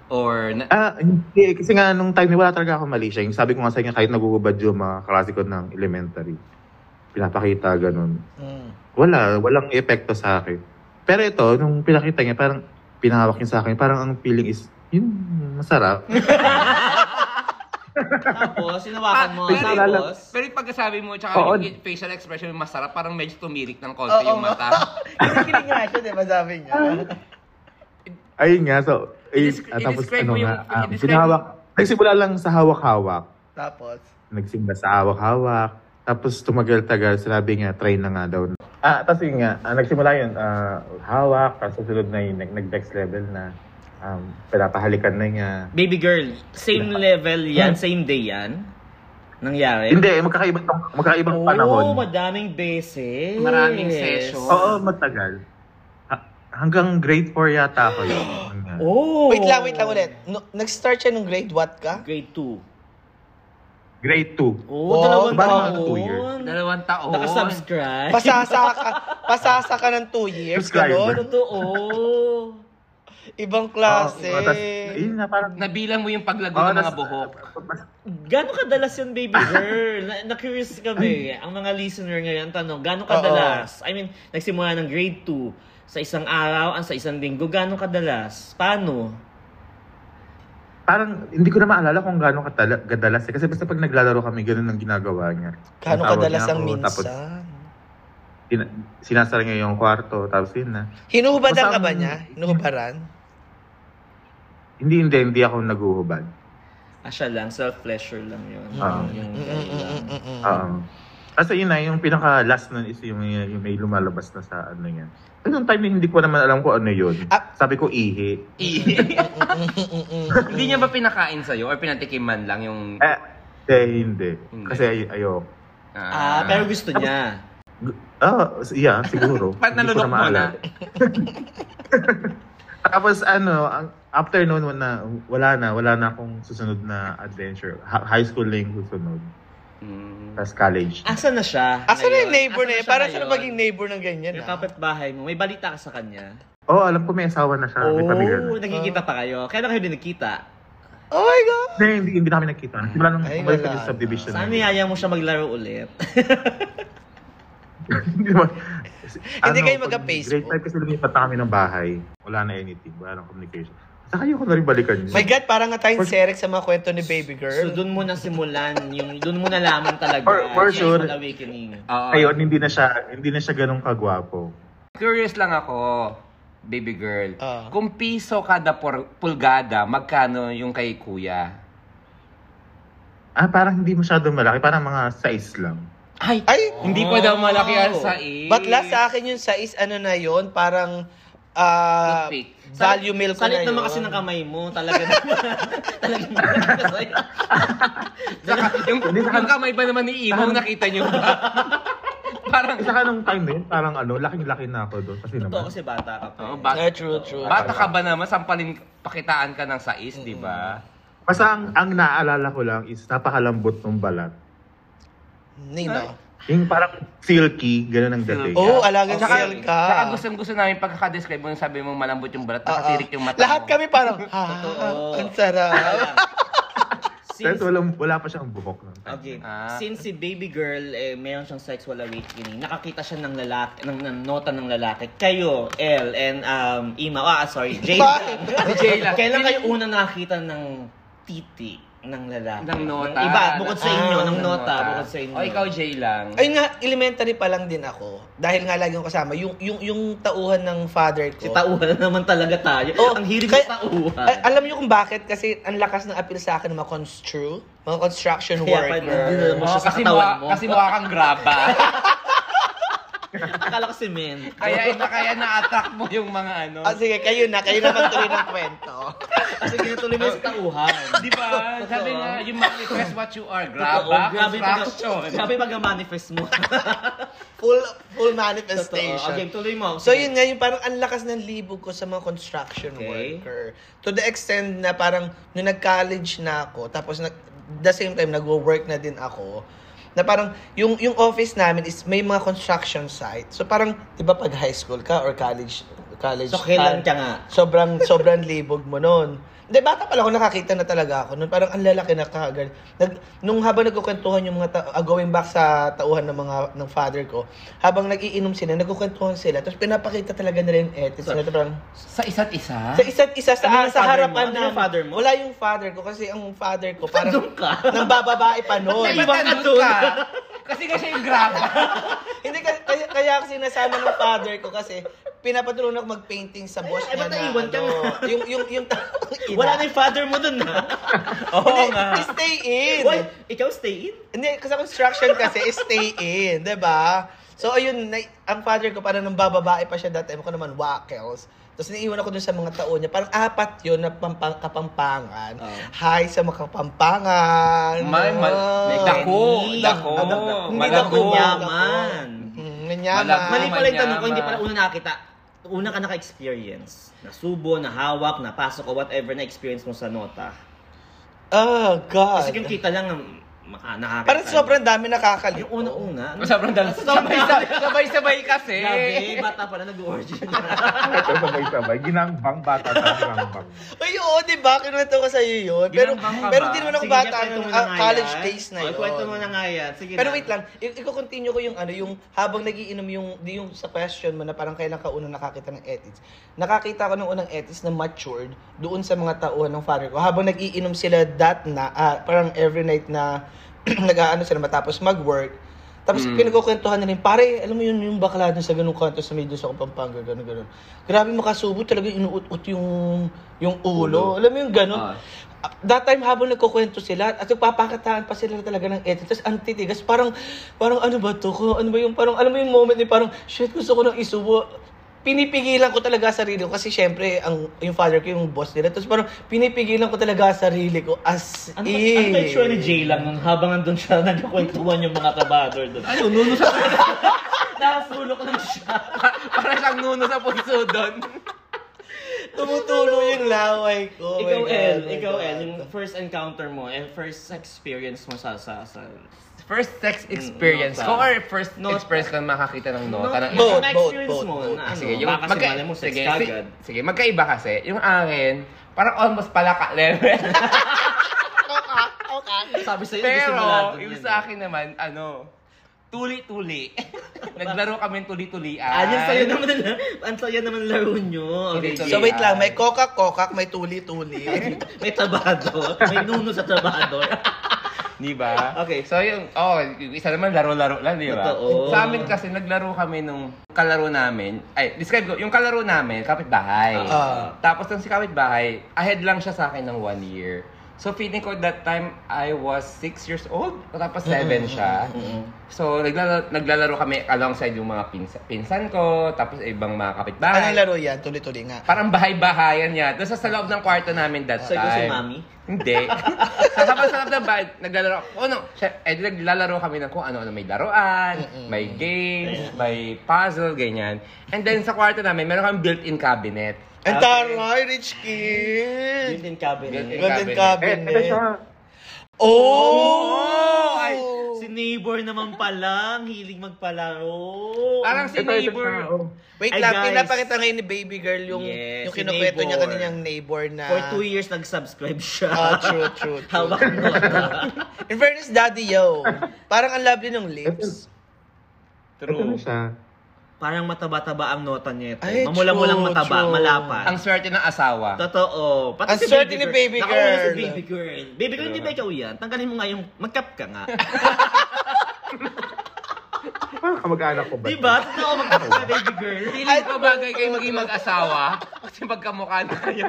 Or na- Ah, hindi. Kasi nga, nung time na wala talaga ako mali siya. Yung sabi ko nga sa inyo, kahit nagugubad yung mga klase ko ng elementary, pinapakita ganun. Mm. wala, walang epekto sa akin. Pero ito, nung pinakita niya, parang pinahawak niya sa akin, parang ang feeling is, yun, masarap. Tapos, sinawakan mo. Ah, Pero- Tapos, pero yung pagkasabi mo, tsaka Oo. yung facial expression mo masarap, parang medyo tumirik ng konti Oo yung nga. (laughs) mata. Kinikilig nga siya, di ba sabi (laughs) niya? Ayun nga, so, ayun, I-descri- ah, tapos i-describe ano mo yung- nga, ah, i-describe pinahawak, nagsimula lang sa hawak-hawak. Tapos, Nagsimula sa hawak-hawak. Tapos tumagal-tagal, sinabi niya, try na nga daw. Ah, tapos yun nga, ah, nagsimula yun, ah, hawak, tapos susunod na yun, nag- nag-next level na, um, pinapahalikan na niya. baby girl, same level yan, same day yan? Nangyari? Hmm. Hindi, magkakaibang, magkakaibang Oh panahon. Oo, madaming beses. Maraming session. Oo, matagal. Ha- hanggang grade 4 yata ako yun. Oh. Oh. wait lang, wait lang ulit. No, nag-start siya nung grade what ka? Grade 2. Grade 2. Oo, Wow, dalawang parang mga two years. taon. Dalawang taon. Nakasubscribe. Pasasa ka, pasasa ka ng two years, Subscriber. ganun. Totoo. Ibang klase. Tapos, yun na parang... Nabilang mo yung paglago Oo, ng mga tas- buhok. mas- Gano'ng kadalas yun, baby girl? Na- Na-curious kami. Ang mga listener ngayon, tanong, gano'ng Oo. kadalas? I mean, nagsimula ng grade 2, sa isang araw, ang sa isang linggo, gano'ng kadalas? Paano? Parang hindi ko na maalala kung gaano katala- kadalas eh. Kasi basta pag naglalaro kami, ganun ang ginagawa niya. Kano Tinatawag kadalas niya ang ako, Tapos minsan? tina- sinasara niya yung kwarto, tapos yun na. Hinuhubadan Basta ka ba ang- niya? Hinuhubaran? Hindi, hindi, hindi ako naguhubad. Ah, siya lang, self-pleasure lang yun. Oo. Yung Mm, mm, mm, mm, mm, mm. Oo. Um, Kasi yun na, yung pinaka-last nun is yung, yung may lumalabas na sa ano yan. At yung time na hindi ko naman alam kung ano yun. Ah. Sabi ko, ihi. Hindi niya ba pinakain sa'yo or pinatikiman lang yung... Eh, eh, hindi. Hindi. Kasi ay, ayoko. Ah, pero gusto niya. Ah, s- yeah, (laughs) siguro. Ba't Hindi ko nalulok mo na? maalala. Tapos ano, ang after noon wala, wala na, wala na akong susunod na adventure. Ha- high school na yung susunod. Mm. Tapos college. Asa na siya? Asan Ah, na yung ngayon? neighbor Asan na yun? siya Parang siya ngayon? maging neighbor ng ganyan. Yung ah? kapitbahay mo, may balita ka sa kanya. Oh, alam ko may asawa na Ah, siya, may pamilya na. Oo, Oh, nagkikita pa kayo. Kailan kayo din nagkita? Oh my God! Hindi, hindi, hindi namin nakita. Simula nung Ay, bumalik wala kami sa subdivision. Saan (laughs) niyaya mo siya maglaro ulit? Hindi naman- Hindi kayo Ano, pag magka-Facebook? Grade 5 kasi lumipat na kami ng bahay. Wala na anything, wala na communication. Saka ayoko na rin balikan yun. My God, parang nga tayong serek sa mga kwento ni Baby so, Girl. doon mo nasimulan. Yung, doon mo nalaman talaga. For- for Sexual sure. awakening. Oo. Ayun, hindi na siya, hindi na siya ganun kagwapo. Curious lang ako, baby girl. Ah. Kung piso kada por- pulgada, magkano yung kay kuya? Ah, parang hindi masyado malaki. Parang mga size lang. Ay, Ay! hindi pa daw malaki ang Oh. sais. But last sa akin yung size, ano na yon parang ah, Toothpick. value milk ko na Salit yun. naman kasi ng kamay mo, talaga naman. (laughs) talaga naman. (laughs) Saka, yung, yung kamay ba naman ni Imo, nakita niyo ba? (laughs) Parang, Isa ka nung time na yun, parang ano, laking-laki na ako doon. Kasi Totoo naman. kasi bata ka pa. oh, eh. bata, Yeah, Ah, true, true. bata ka ba naman, sampalin, pakitaan ka ng sais, di ba? Basta ang, ang naaalala ko lang is napakalambot ng balat. Nino. Yung parang silky, ganun ang dating. Oo, oh, alagang Saka, sale ka. saka gustong gusto namin pagkakadescribe mo, sabi mo malambot yung balat, Ah, ah. nakasirik yung mata Lahat mo. kami parang, ha, Totoo. ang sarap. Tapos Since, walang, wala pa siyang buhok. Nun. okay. Ah. Since si baby girl, eh, meron siyang sexual awakening, eh, nakakita siya ng lalaki, ng, ng nota ng lalaki. Kayo, L, and um, Ima, ah, sorry, Jayla. Si Jayla. Kailan kayo unang nakakita ng titi ng lalaki? Ng nota. iba, bukod sa inyo, Ah, ng nota, bukod sa inyo. O Oh, ikaw, Jay lang. Ayun nga, elementary pa lang din ako. Dahil nga lagi ko kasama, yung, yung, yung tauhan ng father ko. Si Tauhan naman talaga tayo. Oh, Ang hilig kaya- ng Tauhan. Ay, alam niyo kung bakit? Kasi ang lakas ng appeal sa akin ng mga constru, mga construction Kaya pa, worker. mo siya sa kasi katawan mukha, mo. kasi mukha kang graba. Akala ko si men. (laughs) kaya ito, kaya na-attract mo yung mga ano. Ah, sige, kayo na. Kayo naman tuloy ng (laughs) kwento. Kasi tinutuloy mo yung sa Tauhan. Di ba? Sabi nga, you manifest what you are. Totoo, Graba, grabe yung pag- construction. Grabe yung pag-manifest mo. Full full Totoo. manifestation. Okay, tuloy mo. So yun nga, yung parang ang lakas ng libog ko sa mga construction Okay. worker. To the extent na parang nung nag-college na ako, tapos nag, the same time nagwo-work na din ako, na parang yung yung office namin is may mga construction site. So parang 'di ba pag high school ka or college college So, kailan time, ka nga? Sobrang (laughs) sobrang libog mo noon. Hindi bata pala ako nakakita na talaga ako noon parang ang lalaki na kaagad. Nag, nung habang nagkukwentuhan yung mga ta- ah, going back sa tauhan ng mga ng father ko, habang nagiinom sila, nagkukwentuhan sila. Tapos pinapakita talaga nila yung ethics So, nila parang Sa isa't isa? sa isa't isa sa, Ano yung sa father harapan mo? Ano yung namin. father mo? Wala yung father ko kasi ang father ko parang Nandun (laughs) ka. nang bababae (laughs) pa noon. Iba ka Naiwan dun. ano Kasi kasi yung graba. Hindi kasi kaya, kaya ako sinasama ng father ko kasi pinapatulungan ako mag-painting sa boss Ay, ay, ba't niya naiwan ka ano, nga? yung yung yung Wala na yung father mo dun na. (laughs) Oo nga. Stay in. Why? Ikaw stay in? Hindi, kasi construction kasi, stay in, di ba? So, ayun, na, ang father ko, parang nung bababae pa siya dati, ko naman, wackles. Tapos naiiwan ako dun sa mga tao niya. Parang apat yun na pampang, kapampangan. Oh. Hi sa mga kapampangan. May, mal, Oh. dako, Hindi. dako, Hindi ano, Hindi Malabo. dako, malago. Yaman. Mm, ganyaman. Mali Malaki. pala yung Manyaman. tanong ko, Ah, hindi pala una nakakita. Una ka naka-experience. Nasubo, nahawak, napasok o whatever na experience mo sa nota. Oh, God. Kasi yung kita lang ang maka, nakakita. Parang sobrang dami nakakalito. Yung una-una. (laughs) ano- Sobrang dal. Sabay-sabay (laughs) sabay-sabay kasi. Grabe, bata pala nag-origin. Ito sabay-sabay. Ginangbang bata sa ginangbang. Ay, oo, di ba? Kinuwento ko sa'yo yun. Pero, Ginambang ka ba? pero hindi naman ako Sige, Ano bata. kwento nung, mo na ah, nga college yan. days na Oh, yun. Kwento mo na nga yan. Sige Pero na. wait lang, i- i-continue ko yung ano, yung habang nagiinom yung di yung sa question mo na parang kailan ka unang nakakita ng ethics. Nakakita ko ng unang ethics na matured doon sa mga tauhan ng father ko. Habang nagiinom sila that na ah, parang every night na (clears throat) nag-aano sila matapos mag-work. Tapos pinagkukwentuhan na rin, pare, alam mo yun, yung bakla dun sa ganung kanto sa medyo sa Pampanga, ganun, ganun. Grabe makasubo talaga inuut-ut yung, yung ulo. Alam mo yung Ah. ganun. Uh, that time habang nagkukwento sila at nagpapakataan pa sila talaga ng edit tapos ang titigas parang parang ano ba to Kung ano ba yung parang alam mo yung moment ni parang shit gusto ko nang isubo pinipigilan ko talaga sarili ko kasi syempre ang yung father ko yung boss nila tapos parang pinipigilan ko talaga sarili ko as Ano ba ano in ba yung sure ni Jay lang nung habang andun siya (laughs) nagkukwentuhan yung mga kabador doon? Ano, (laughs) nuno sa Nakasulok lang siya. (laughs) para siyang nuno sa puso doon. tumutulo yung laway ko Oh ikaw, my God, El, oh my ikaw, El, God. yung first encounter mo and first experience mo sa, sa, sa... First sex experience Mm, Nota. ko or first Nota. experience ka makakita ng nota? ng Both, yung experience both, mo both. na ano, Sige, yung baka magka- si Mali mo sex sige, si- kagad. sige, magkaiba kasi. Yung akin, parang almost palaka level. Sabi sa'yo, Pero, disimulado yung yan. sa akin naman, ano, (laughs) tuli-tuli. Naglaro kami ng tuli-tulian. Ah, yan sa'yo naman, ang saya naman laro nyo. Okay, Dito Jay. so wait lang may (laughs) kokak kokak may tuli tuli (laughs) may tabado, may nuno sa tabado. Di ba? Okay. So yung, oh, yung isa naman laro-laro lang, di ba? Totoo. Sa amin kasi, naglaro kami nung kalaro namin. Ay, describe ko, yung kalaro namin, kapitbahay. Ah. Tapos nung si kapitbahay, ahead lang siya sa akin ng one year. So feeling ko that time, I was six years old. Tapos seven siya. So naglala- naglalaro kami alongside yung mga pinsa- pinsan ko, tapos ibang mga kapitbahay. Anong Ano laro yan? Tuloy-tuloy nga. Parang bahay-bahayan niya. Doon sa, sa loob ng kwarto namin that So, time. ikaw si mami? (laughs) Hindi. sa sa loob ng bahay, naglalaro ako. Ano, siya, eh, naglalaro kami ng kung ano-ano. May laruan, may games, may puzzle, ganyan. And then sa kwarto namin, meron kami built-in cabinet. Ang Okay. taray, rich kid! Built-in cabinet. Built-in Golden Eh, ito siya. cabinet. Oh! Oh! Ay, si neighbor naman pala. Ang hilig magpalaro. Parang si Ito, ito neighbor. siya. oh. Wait Ay, lang, guys. pinapakita ngayon ni Baby Girl yung, Yes, yung si kinukwento niya neighbor. kanina yung neighbor na... For two years, nag-subscribe siya. Ah, true, true, (laughs) true. Hawak mo. In fairness, Daddy Yo, parang ang lovely ng lips. Ito na True. siya. Parang mataba-taba ang nota niya ito. Ay, Mamula-mulang true, mataba, true. malapad. Ang swerte ng asawa. Totoo. Pati Ang swerte ni Baby Nakauna si Girl. Baby Girl. Baby Girl, hindi ba ikaw yan? Tanggalin mo nga yung magkap ka (laughs) nga. Parang Diba, kamag-anak ko ba? Di Diba? ba? Totoo, magkap ka, (laughs) Baby Girl. Feeling ko bagay kayo maging mag-asawa kasi magkamukha na kayo.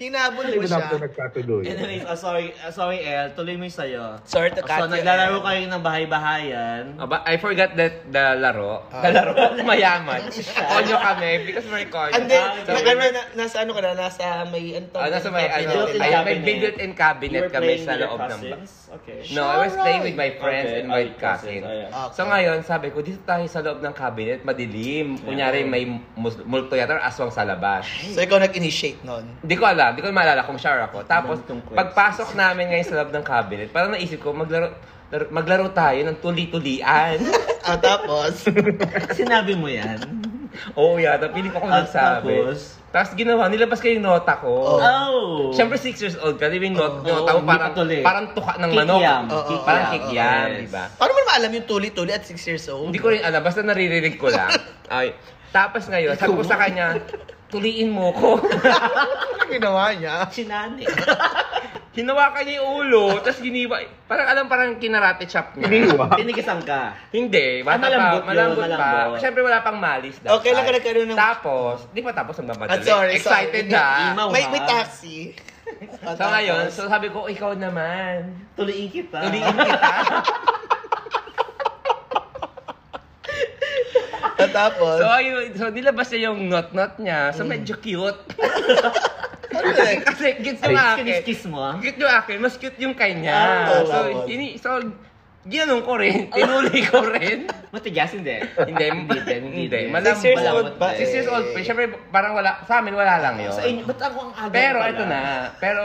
Hinabol Hindi ko na ako mo Diba siya. nagkatuloy. Anyways, oh, sorry, ah, sorry El, tuloy mo yung sayo. Oh, Sorry to cut So, you, naglalaro El. kayo ng Oh, bahay-bahayan. Aba, I forgot that the laro. Ah. the (laughs) laro. Mayaman. Konyo kami because we're konyo. And then, Ah, na, okay. ano, na, nasa ano ka na, nasa may... Ano, Ah, nasa may cabinet. ano, Built-in ay, may cabinet. built-in You cabinet were kami playing sa with your loob ng ba- cousins? Okay. (laughs) No, I was playing with my friends Okay, and my ay, cousins. ayan. Okay. So ngayon, sabi ko, dito tayo sa loob ng cabinet, madilim. Kunyari, may mus- multo yata or aswang sa labas. So, ikaw nag-initiate nun. Hindi ko alam, hindi ko maalala kung sure ako. Tapos, Momentong quest. pagpasok namin ngayon sa loob ng cabinet, parang naisip ko, maglaro, laro- maglaro tayo ng tuli-tulian. (laughs) Ah, tapos, Sinabi mo yan? Oo, yata. Piling ko kung At nagsabi. tapos? Tapos ginawa, nilabas ko yung nota ko. Oh. Oh! Siyempre, six years old ka, di ba yung not, Oo, nota mo hindi parang, pa tol eh. parang tuka ng Kikiam. manok. Oo, parang oo, kikiam, oo. di ba? (laughs) paano mo naman alam yung tuli-tuli at 6 years old? Hindi ko rin alam, basta naririnig ko lang. Ay, tapos ngayon, sabi ko sa kanya, tuliin mo ko. (laughs) Ano ginawa niya? (laughs) Chinani. Hinawakan niya yung ulo, tapos giniwa. Parang alam, parang kinarate chop niya. Iniwa. Tinikisan ka. Hindi, Ah, bata malambot pa, yun, malambot, malambot. pa. Siyempre wala pang malis. that Okay lang time. ka nagkaroon ng- Tapos, di pa tapos ang mamadali. Ah, sorry, Excited sorry. na. Imaw, May, ha? may (laughs) taxi. Ah, So ngayon, tapos, so sabi ko, ikaw naman. Tuliin kita. Tuliin kita. ah, tapos, So, ayun, so nilabas niya yung not-not niya. So, medyo cute. (laughs) ano yun? Kasi, gets yung akin. Kinis-kiss mo ah. Cute yung akin, mas cute yung kanya. Ah, so, tama. ini, so, ginanong ko rin. Tinuli ko rin. Matigas hindi. hindi, hindi, din, hindi. din. Malambot. Six years old pa. Six years old pa. Siyempre, parang wala, sa amin, wala lang yun. Sa inyo, ba't ako ang aga Pero, pala? ito na. Pero,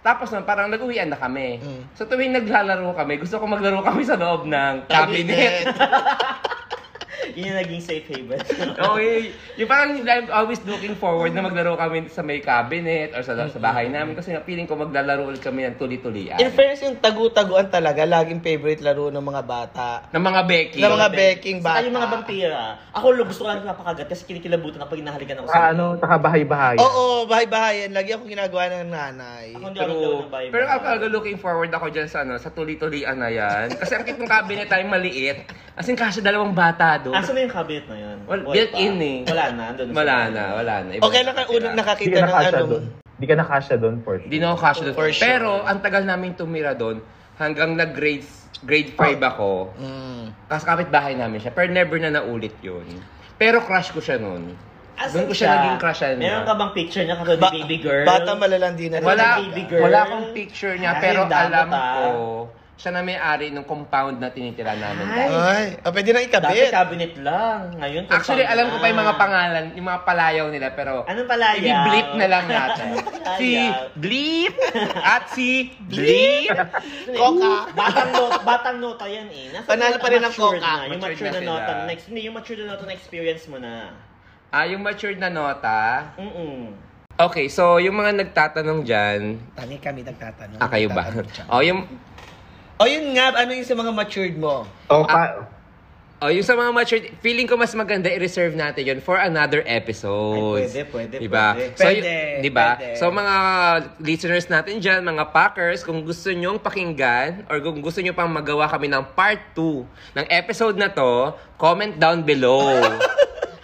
tapos na, parang nag-uwian na kami. Mm. So, tuwing naglalaro kami, gusto ko maglaro kami sa loob ng (laughs) cabinet. Yun yung naging safe haven. Okay. Yung parang I'm always looking forward na maglaro kami sa may cabinet or sa, sa bahay namin kasi nga feeling ko maglalaro ulit kami ng tuli-tulian. (laughs) In fairness, yung tagu-taguan talaga, laging favorite laro ng mga bata. ng (laughs) mga Becky. Ng mga beking bata. Saka yung mga vampira. Ako lo, gusto ko lang napakagat kasi kinikilabutan ako pag hinahalikan ako Ah, ano, takabahay-bahay. Oo, bahay-bahayan. Lagi ako ginagawa ng nanay. Ako hindi ako nagkaroon True. ng Bible. Pero ako talaga looking forward ako dyan sa, ano, sa tuli-tulian na yan. Kasi ang kitong cabinet tayo maliit. As in, kasi dalawang bata doon. Ah, Asan na yung cabinet na yun? Well, Wala built-in pa. eh. Wala na. Andun sa- Wala na, wala na. Iba Okay na lang kayo sila. unang Hindi nakakita ka ng nakasya ano. doon. Hindi ka nakasya doon for Hindi na ako cash doon. For sure. Pero, ang tagal namin tumira doon, hanggang nag-grade grade 5 Oh. ako, Mm. Tapos kapitbahay namin siya. Pero never na naulit yun. Pero crush ko siya noon. Asan Doon ko siya naging crushan niya. Meron ka bang picture niya kagabi, Ba- baby girl? Bata malalandi na. rin. Wala, Baby girl. wala akong picture niya, Ay, pero dapat alam ah. ko, siya na may-ari ng compound na tinitira namin. Ay, dati. Ay, oh, pwede na Dati ikabit. cabinet lang. Ngayon, Actually, compound alam ko na. pa yung mga pangalan, yung mga palayaw nila, pero Anong palayaw? i-bleep na (laughs) lang natin. Palayaw. si (laughs) Bleep at si Bleep. Coca. batang nota, batang nota yan eh. Nasa Panalo pa rin ang matured Coca. Na, yung Matured mature na na, sila. nota. Next, hindi, yung mature na nota na experience mo na. Ah, yung matured na nota. Mm-mm. Okay, so yung mga nagtatanong dyan, Tangi kami nagtatanong. ah, kayo ba? Nagtatanong siya. oh, yung O yun nga, ano yung sa mga matured mo? O, Oh, pa- Oh, yung sa mga matured, feeling ko mas maganda i-reserve natin yun for another episode. Ay, pwede, pwede, diba? pwede. So, yun- Pwede, diba? pwede. So, mga listeners natin dyan, mga packers, kung gusto nyong pakinggan or kung gusto nyo pang magawa kami ng part 2 ng episode na to, comment down below. (laughs)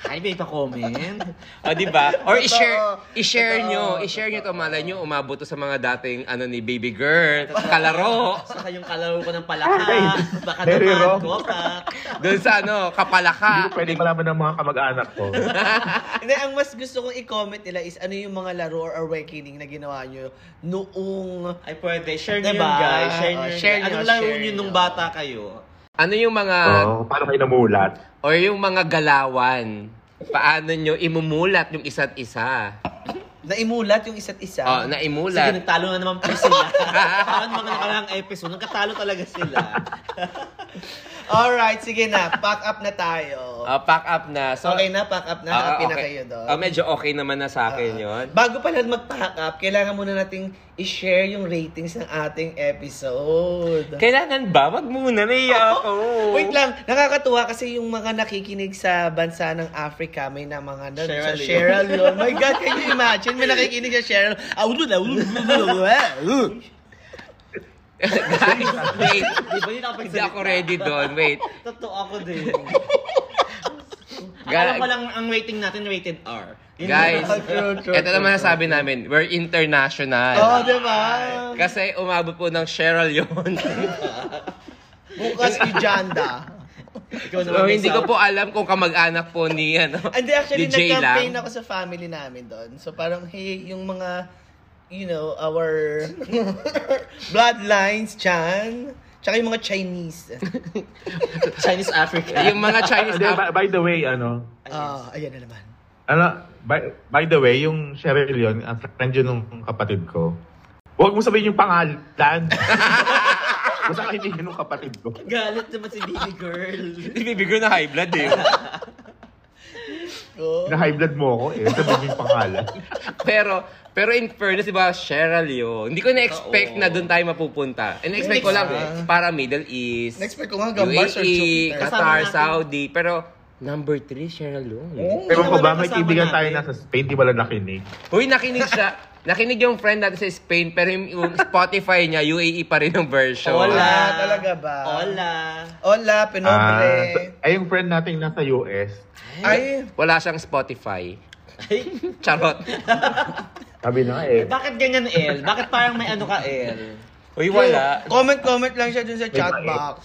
Ay, may (laughs) pa-comment. o, diba? Or Totoo. i-share, i-share Totoo. nyo, i-share nyo to, malay nyo, umabot to sa mga dating, ano, ni baby girl, kalaro. Saka yung kalaro ko ng palaka. Baka Very dumaan wrong. ko pa. Doon sa, ano, kapalaka. Pwede malaman ng mga kamag-anak (laughs) ko. Hindi, ang mas gusto kong i-comment nila is ano yung mga laro or awakening na ginawa nyo noong... Ay, pwede. Share nyo Diba? yun, guys. Share nyo. Oh, yun. share Anong nyo, laro share nyo nung nyo. bata kayo? Ano yung mga Oo, Oh, paano kayo namulat? Or yung mga galawan. Paano nyo imumulat yung isa't isa? Naimulat yung isa't isa. Oh, Sige, naimulat. nagtalo na naman po (laughs) sila. Parang mga nakalang episode, nagkatalo talaga (laughs) sila. Alright, sige na. Pack up na tayo. Oh, pack up na. So, okay na, pack up na. Ah, Happy na okay. kayo doon. Ah, medyo okay naman na sa akin Ah, yun. Bago pala mag-pack up, kailangan muna nating i-share yung ratings ng ating episode. Kailangan ba? Wag muna, naiya ako. Oh. (laughs) Wait lang, nakakatuwa kasi yung mga nakikinig sa bansa ng Africa, may na mga nun. Sierra Sa Leone. Sierra Leone. My God, can you imagine? May nakikinig sa Sierra Leone. Ah, ulo na, ulo, ulo, ulo, ulo, eh, ulo. (laughs) Guys, wait. Di ba yun ang Hindi ako ready doon. Wait. Totoo ako din. Guys- Akala ko lang ang rating natin rated R. Yun Guys, lang. True, ito true, true, naman ang true. sabi namin. We're international. Oh, di ba? Kasi umabot po ng Cheryl (laughs) yun. Bukas Uganda. Ikaw naman, So, hindi Lisa. ko po alam kung kamag-anak po ni, ano, Hindi, ni actually, Jay nag-campaign lang. ako sa family namin doon. So, parang, hey, yung mga, you know, our (laughs) bloodlines, Chan. Tsaka yung mga (laughs) Chinese. Chinese Africa. Yung mga Chinese... Hindi, by, by the way, ano, Ah, ayan na naman. ano, by, by the way, yung Cheryl yun, ang friend yun ng kapatid ko. Huwag mo sabihin yung (laughs) pangalan. Basta kaibigan ng kapatid ko. Galit naman si baby girl. Ibibigay na high blood eh. (laughs) Go. Na-high blood mo ako eh. Sabihin mo yung (laughs) pangalan. pero, pero in fairness, diba, Cheryl yun. Hindi ko na-expect Oo. na doon tayo mapupunta. And expect ko lang, para Middle East, Na-expect ko nga, Gambars or UAE, Jupiter. Kasama Qatar, natin. Saudi. Pero, number 3, Cheryl Oh. yun. Pero ko ba, may Kasama kaibigan tayo natin. nasa Spain, di wala nakinig. Uy, nakinig siya. nakinig yung friend natin sa Spain, pero yung, yung Spotify niya, UAE pa rin yung version. Wala. Ah, talaga ba? Hola. Hola, Ano, Ah, Pinobre. so- ay, yung friend natin nasa US. Ah, Ay, Wala siyang Spotify. Charot. Sabi na eh. Bakit ganyan, El? Bakit parang may ano ka, El? Uy, wala. Comment-comment lang siya dun sa chat Wait, box.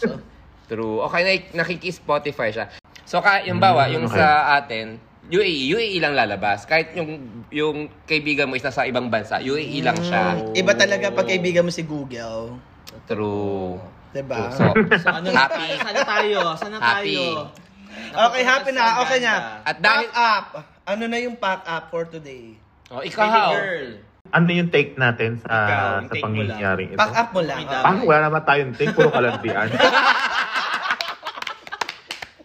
True. Okay, na nakiki-Spotify siya. So, ka, yung bawa, Mm, yung okay. sa atin, E, UAE, UAE lang lalabas. Kahit yung yung kaibigan mo is nasa ibang bansa, UAE lang siya. Mm. Iba talaga pag kaibigan mo si Google. True. Ah. Diba? So, So, ano na happy. tayo? Sana tayo. Sana Happy. tayo. Okay, happy na. Okay na. At dahil, Pack up. Ano na yung pack up for today? oh, Baby ikaw, girl. Ano yung take natin sa, Ikaw, yung take sa mo lang. Diba? pangyayaring ito? Pack up mo lang. Okay. ah. Parang wala naman tayong take, puro (laughs) kalantian. (laughs)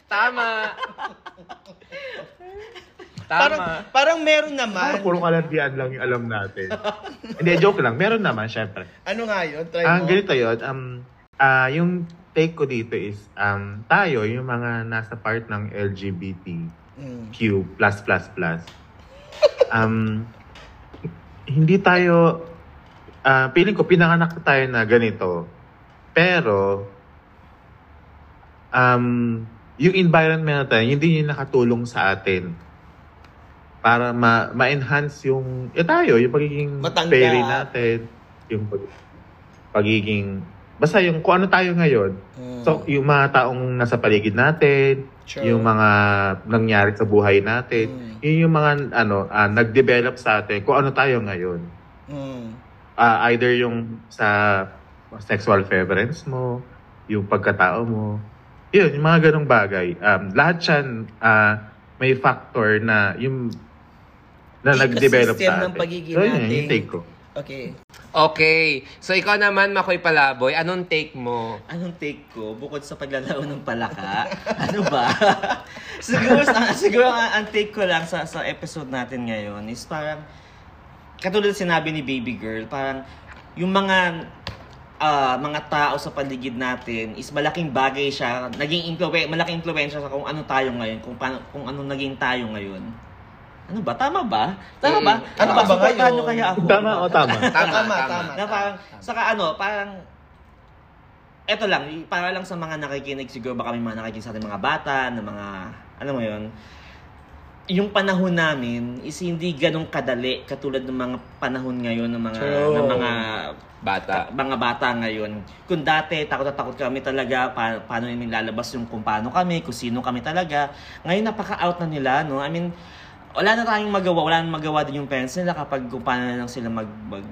tama. Parang, tama. parang meron Parang naman. (laughs) puro kalantian lang yung alam (laughs) natin. Hindi, joke lang. Meron naman, syempre. Ano nga yun? Try Ang mo. ganito yun, um, ah yung take ko dito is, um, tayo, yung mga nasa part ng LGBTQ+++, Mm. um, hindi tayo, ah feeling ko, pinanganak tayo na ganito. Pero, um, yung environment natin, hindi yun nakatulong sa atin para ma- ma-enhance yung, eh tayo, yung pagiging Matangga. fairy natin, yung pag- pagiging, basta yung kung ano tayo ngayon. Mm. So, yung mga taong nasa paligid natin, Sure. yung mga nangyari sa buhay natin, Mm. yun yung mga ano, ah, nag-develop sa atin kung ano tayo ngayon. Mm. Ah, either yung sa sexual preference mo, yung pagkatao mo. Yun, yung mga ganong bagay. Um, lahat yan, ah, may factor na yung na Ecosystem nag-develop sa atin. ng pagiging so, yun, natin. yung take ko. Okay. Okay. So, ikaw naman, Makoy Palaboy, anong take mo? Anong take ko bukod sa paglalao ng palaka? (laughs) ano ba? siguro sa- siguro ang, ang take ko lang sa sa episode natin ngayon is parang katulad sinabi ni Baby Girl, parang yung mga ah, mga tao sa paligid natin is malaking bagay siya. Naging influen- malaking impluwensya sa kung ano tayo ngayon, kung paano, kung ano naging tayo ngayon. Ano ba? Tama ba? Tama ba? Ano Mm-mm. ba? Tama ba Supportahan ngayon? nyo kaya ako? Tama o tama? Tama, tama. Na parang, saka ano, parang, eto lang, y- para lang sa mga nakikinig, siguro baka may mga nakikinig sa ating mga bata, na mga, ano mo yun, yung panahon namin is hindi ganong kadali katulad ng mga panahon ngayon ng mga True. ng mga Bata. mga bata ngayon. Kung dati takot na takot kami talaga pa, paano namin lalabas yung kung paano kami, kung sino kami talaga. Ngayon napaka-out na nila, no? I mean, wala na tayong magawa, wala na magawa din yung parents nila kapag kung paano na lang sila mag, mag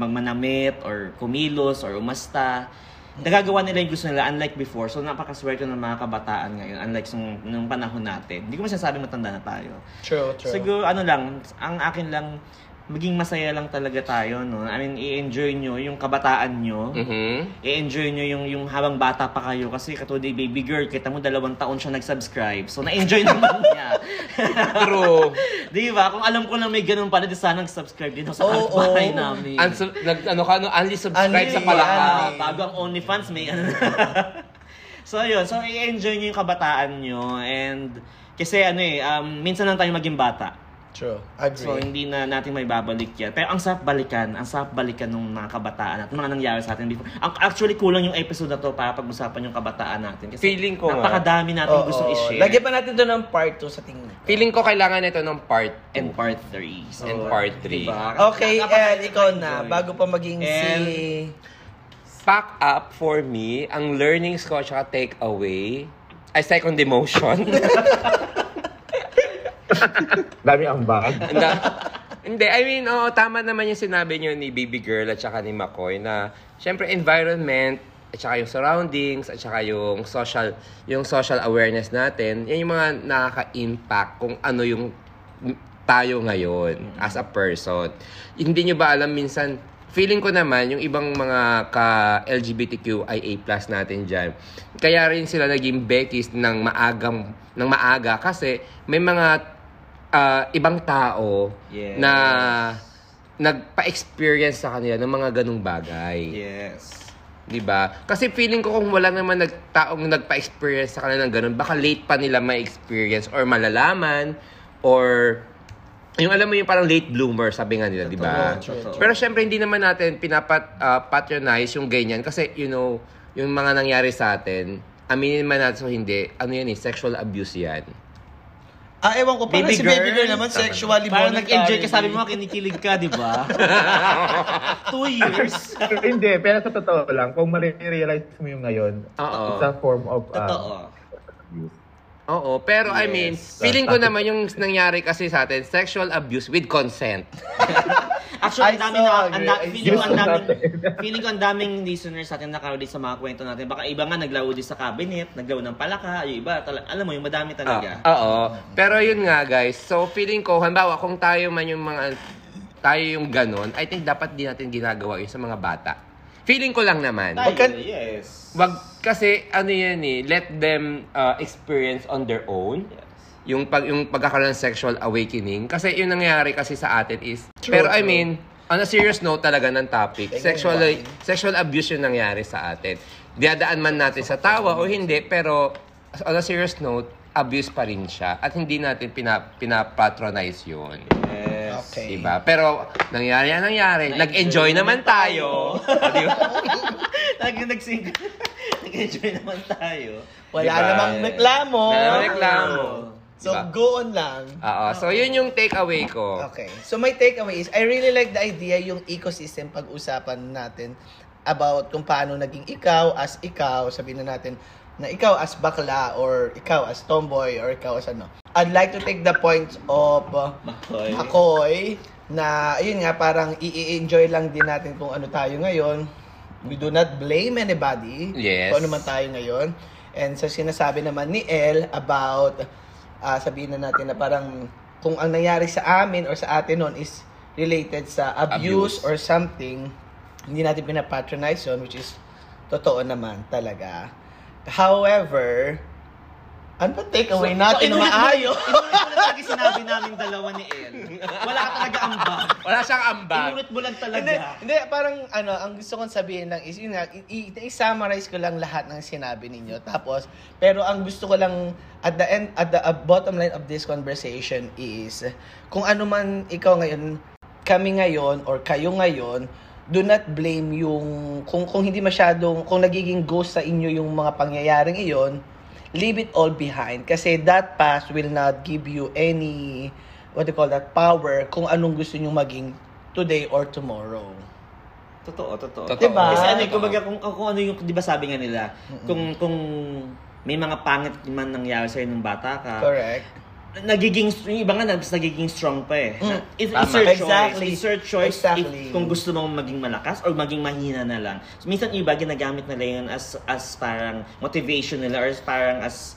magmanamit or kumilos or umasta. Nagagawa nila yung gusto nila unlike before. So napakaswerte ng mga kabataan ngayon unlike nung, nung panahon natin. Hindi ko masasabi matanda na tayo. True, true. Siguro ano lang, ang akin lang maging masaya lang talaga tayo, no? I mean, i-enjoy nyo yung kabataan nyo. Mm. Mhm. I-enjoy nyo yung, yung habang bata pa kayo. Kasi katulad ni baby girl, kita mo dalawang taon siya nag-subscribe. So, na-enjoy (laughs) naman niya. True. di ba? Kung alam ko na may ganun pala, di sana nag-subscribe din ako sa Oo. oh, bahay namin. Unsu- nag, ano ka, ano, unli subscribe Unli, sa palaka. Ah, bago ang OnlyFans, may ano. (laughs) so, yun. So, i-enjoy nyo yung kabataan nyo. And, kasi ano eh, um, minsan lang tayo maging bata. True. Agree. So hindi na natin may babalik yan. Pero ang sarap balikan, ang sarap balikan ng mga kabataan at mga nangyari sa atin before. Ang actually kulang yung episode na to para pag-usapan yung kabataan natin kasi Feeling ko nga. napakadami natin Oo. gustong i-share. Lagyan pa natin doon ng part 2 sa tingin. ko. Feeling ko kailangan ito ng part and part 3. So, And part three. Diba? Okay, eh, El, ikaw na. Bago pa maging El. si... Pack up for me ang learnings ko at saka take away. I second demotion. Dami ang (laughs) bag. Hindi. Hindi, I mean, oo, tama naman yung sinabi niyo ni Baby Girl at saka ni McCoy na syempre environment at saka yung surroundings at saka yung social yung social awareness natin, yan yung mga nakaka-impact kung ano yung tayo ngayon as a person. Hindi nyo ba alam minsan feeling ko naman yung ibang mga ka LGBTQIA+ natin diyan. Kaya rin sila naging bekis ng maagang ng maaga kasi may mga ah, ibang tao Yes. na nagpa-experience sa kanila ng mga ganung bagay. Yes. 'Di ba? Kasi feeling ko kung wala naman nag taong nagpa-experience sa kanila ng ganun, baka late pa nila ma-experience or malalaman or yung alam mo yung parang late bloomer sabi nga nila, 'di ba? Totoo, totoo. Pero syempre hindi naman natin pinapat ah, patronize yung ganyan kasi you know, yung mga nangyari sa atin, aminin man natin o hindi, ano yan eh, sexual abuse yan. Ah, ewan ko. Parang Baby si Baby Girl girl naman sexually Parang monetary. nag-enjoy ka, sabi mo, kinikilig ka, di (laughs) ba? Two years. Hindi, pero sa totoo lang, kung marirealize mo yung ngayon, Oo. it's a form of... ah, Totoo. abuse. Oo, pero I mean, feeling ko naman yung nangyari kasi sa atin, sexual abuse with consent. Actually, I ang dami so na, ang agree. da, I feeling ko so ang daming, (laughs) agree. feeling ko ang daming listeners sa atin nakarelate sa mga kwento natin. Baka iba nga naglawo din sa cabinet, naglawo ng palaka, yung iba, tala, alam mo, yung madami talaga. Ah, oo. Pero yun nga guys, so feeling ko, halimbawa kung tayo man yung mga, tayo yung ganun, I think dapat di natin ginagawa yun sa mga bata. Feeling ko lang naman. Tayo, Wag, ka- yes. wag kasi ano yan eh, let them uh, experience on their own. Yes. Yung, pag, yung pagkakaroon ng sexual awakening. Kasi yung nangyayari kasi sa atin is, True, pero I true. mean, on a serious note talaga ng topic, Thank you, sexual, Juan. sexual abuse yung nangyari sa atin. Diadaan man natin sa tawa o hindi, pero on a serious note, abuse pa rin siya. At hindi natin pina, pinapatronize yun. Yes. Okay. Diba? Pero nangyari ang nangyari. Nag-enjoy naman (laughs) tayo. diba? Talagang nagsing. (laughs) Nag-enjoy naman tayo. Wala Diba? namang reklamo. Wala namang reklamo. So, Diba? go on lang. Oo. So, yun yung takeaway ko. Okay. So my takeaway is I really like the idea yung ecosystem pag-usapan natin about kung paano naging ikaw as ikaw, sabihin na natin na ikaw as bakla or ikaw as tomboy or ikaw as ano. I'd like to take the points of uh, Makoy. Makoy na ayun nga parang i-enjoy lang din natin kung ano tayo ngayon. We do not blame anybody Yes. kung ano man tayo ngayon. And sa sinasabi naman ni El about ah, sabihin na natin na parang kung ang nangyari sa amin or sa atin noon is related sa abuse, Abuse. or something, hindi natin pinapatronize yun, which is totoo naman talaga. However, Ano ba takeaway natin (laughs) na maayo? Inulit mo lang lagi sinabi namin dalawa ni El. Wala ka talaga ambag. Wala siyang ambag. Inulit mo lang Hindi, talaga. (laughs) hindi, parang ano, ang gusto kong sabihin lang is, yun nga, i- i- i-summarize ko lang lahat ng sinabi ninyo. Tapos, pero ang gusto ko lang at the end, at the uh, bottom line of this conversation is, kung ano man ikaw ngayon, kami ngayon, or kayo ngayon, do not blame yung, kung, kung hindi masyadong, kung nagiging ghost sa inyo yung mga pangyayaring iyon, leave it all behind. Kasi that past will not give you any, what do you call that, power kung anong gusto nyo maging today or tomorrow. Totoo, totoo. Totoo. Diba? Kasi ano, Totoo. kumbaga, kung, kung ano yung, di ba sabi nga nila, kung, kung may mga pangit man nangyari sa'yo nung bata ka, Correct. nagiging yung iba nga mas nagiging strong pa eh. Mm. It's, Tama. it's your Exactly. choice. It's your choice Exactly. if, kung gusto mong maging malakas or maging mahina na lang. So, minsan yung iba ginagamit nila yun as as parang motivation nila or as parang as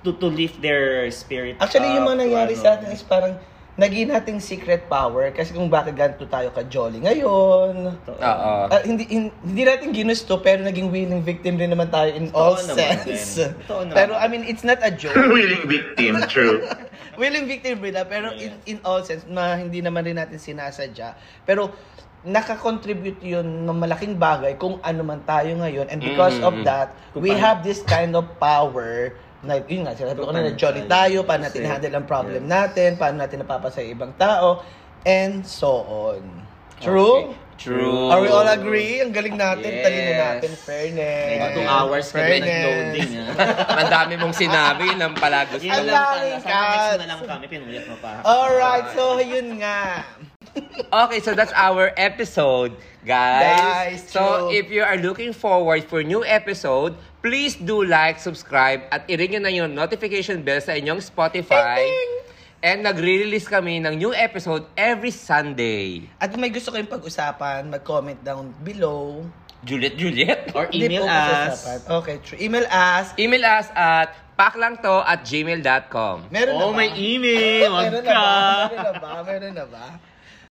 to to lift their spirit. Actually, yung up mga to nangyari ano. sa atin is parang naging nating secret power kasi kung bakit ganito tayo ka-jolly ngayon. Oo. Ah, hindi, hin- hindi natin ginusto pero naging willing victim rin naman tayo in all Totoo naman sense. din. Totoo naman. Pero I mean, it's not a joke. Willing victim, true. willing victim rin na, pero in, in all sense, na hindi naman rin natin sinasadya. Pero nakakontribute yun ng malaking bagay kung ano man tayo ngayon. And because of Mm. that, Mm-hmm. Kung we paano- have this kind of power na yun nga, sinabi ko Kung na paano na-jolly tayo. tayo, paano natin Kasi- handle ang problem natin, paano natin napapasa yung ibang tao, and so on. True? True. Are we all agree? Ang galing natin, Yes. talino natin, fairness. Medyo two hours ka na fairness. nag-loading ah. Ang dami mong sinabi ng pala gusto. Yun Ang lang sana. daming Sana next cuts. na lang kami, pinulit mo pa. Alright, so yun nga. Okay, so that's our episode, guys. Guys, so true. if you are looking forward for new episode, please do like, subscribe, at i-ring nyo na yung notification bell sa inyong Spotify. And nagre-release kami ng new episode every Sunday. At kung may gusto kayong pag-usapan, mag-comment down below. Juliet, Juliet? Or email Hindi po us. pag-usapan. Okay, true. Email us. Email us at paklangto at gmail.com. Meron na Oh, ba? may email. (laughs) Wag Meron na ba? ka. Meron na ba? Meron na ba?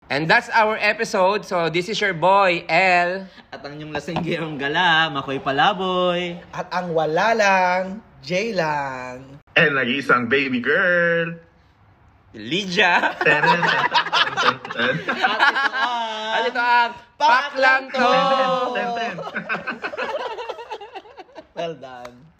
And that's our episode. So this is your boy, L. At ang inyong lasing girong gala, Makoy Palaboy. At ang wala lang, J lang. And nag-iisang baby girl. Lydia. At ito ang Paklangto! Paklangto! Ten, ten. Well done.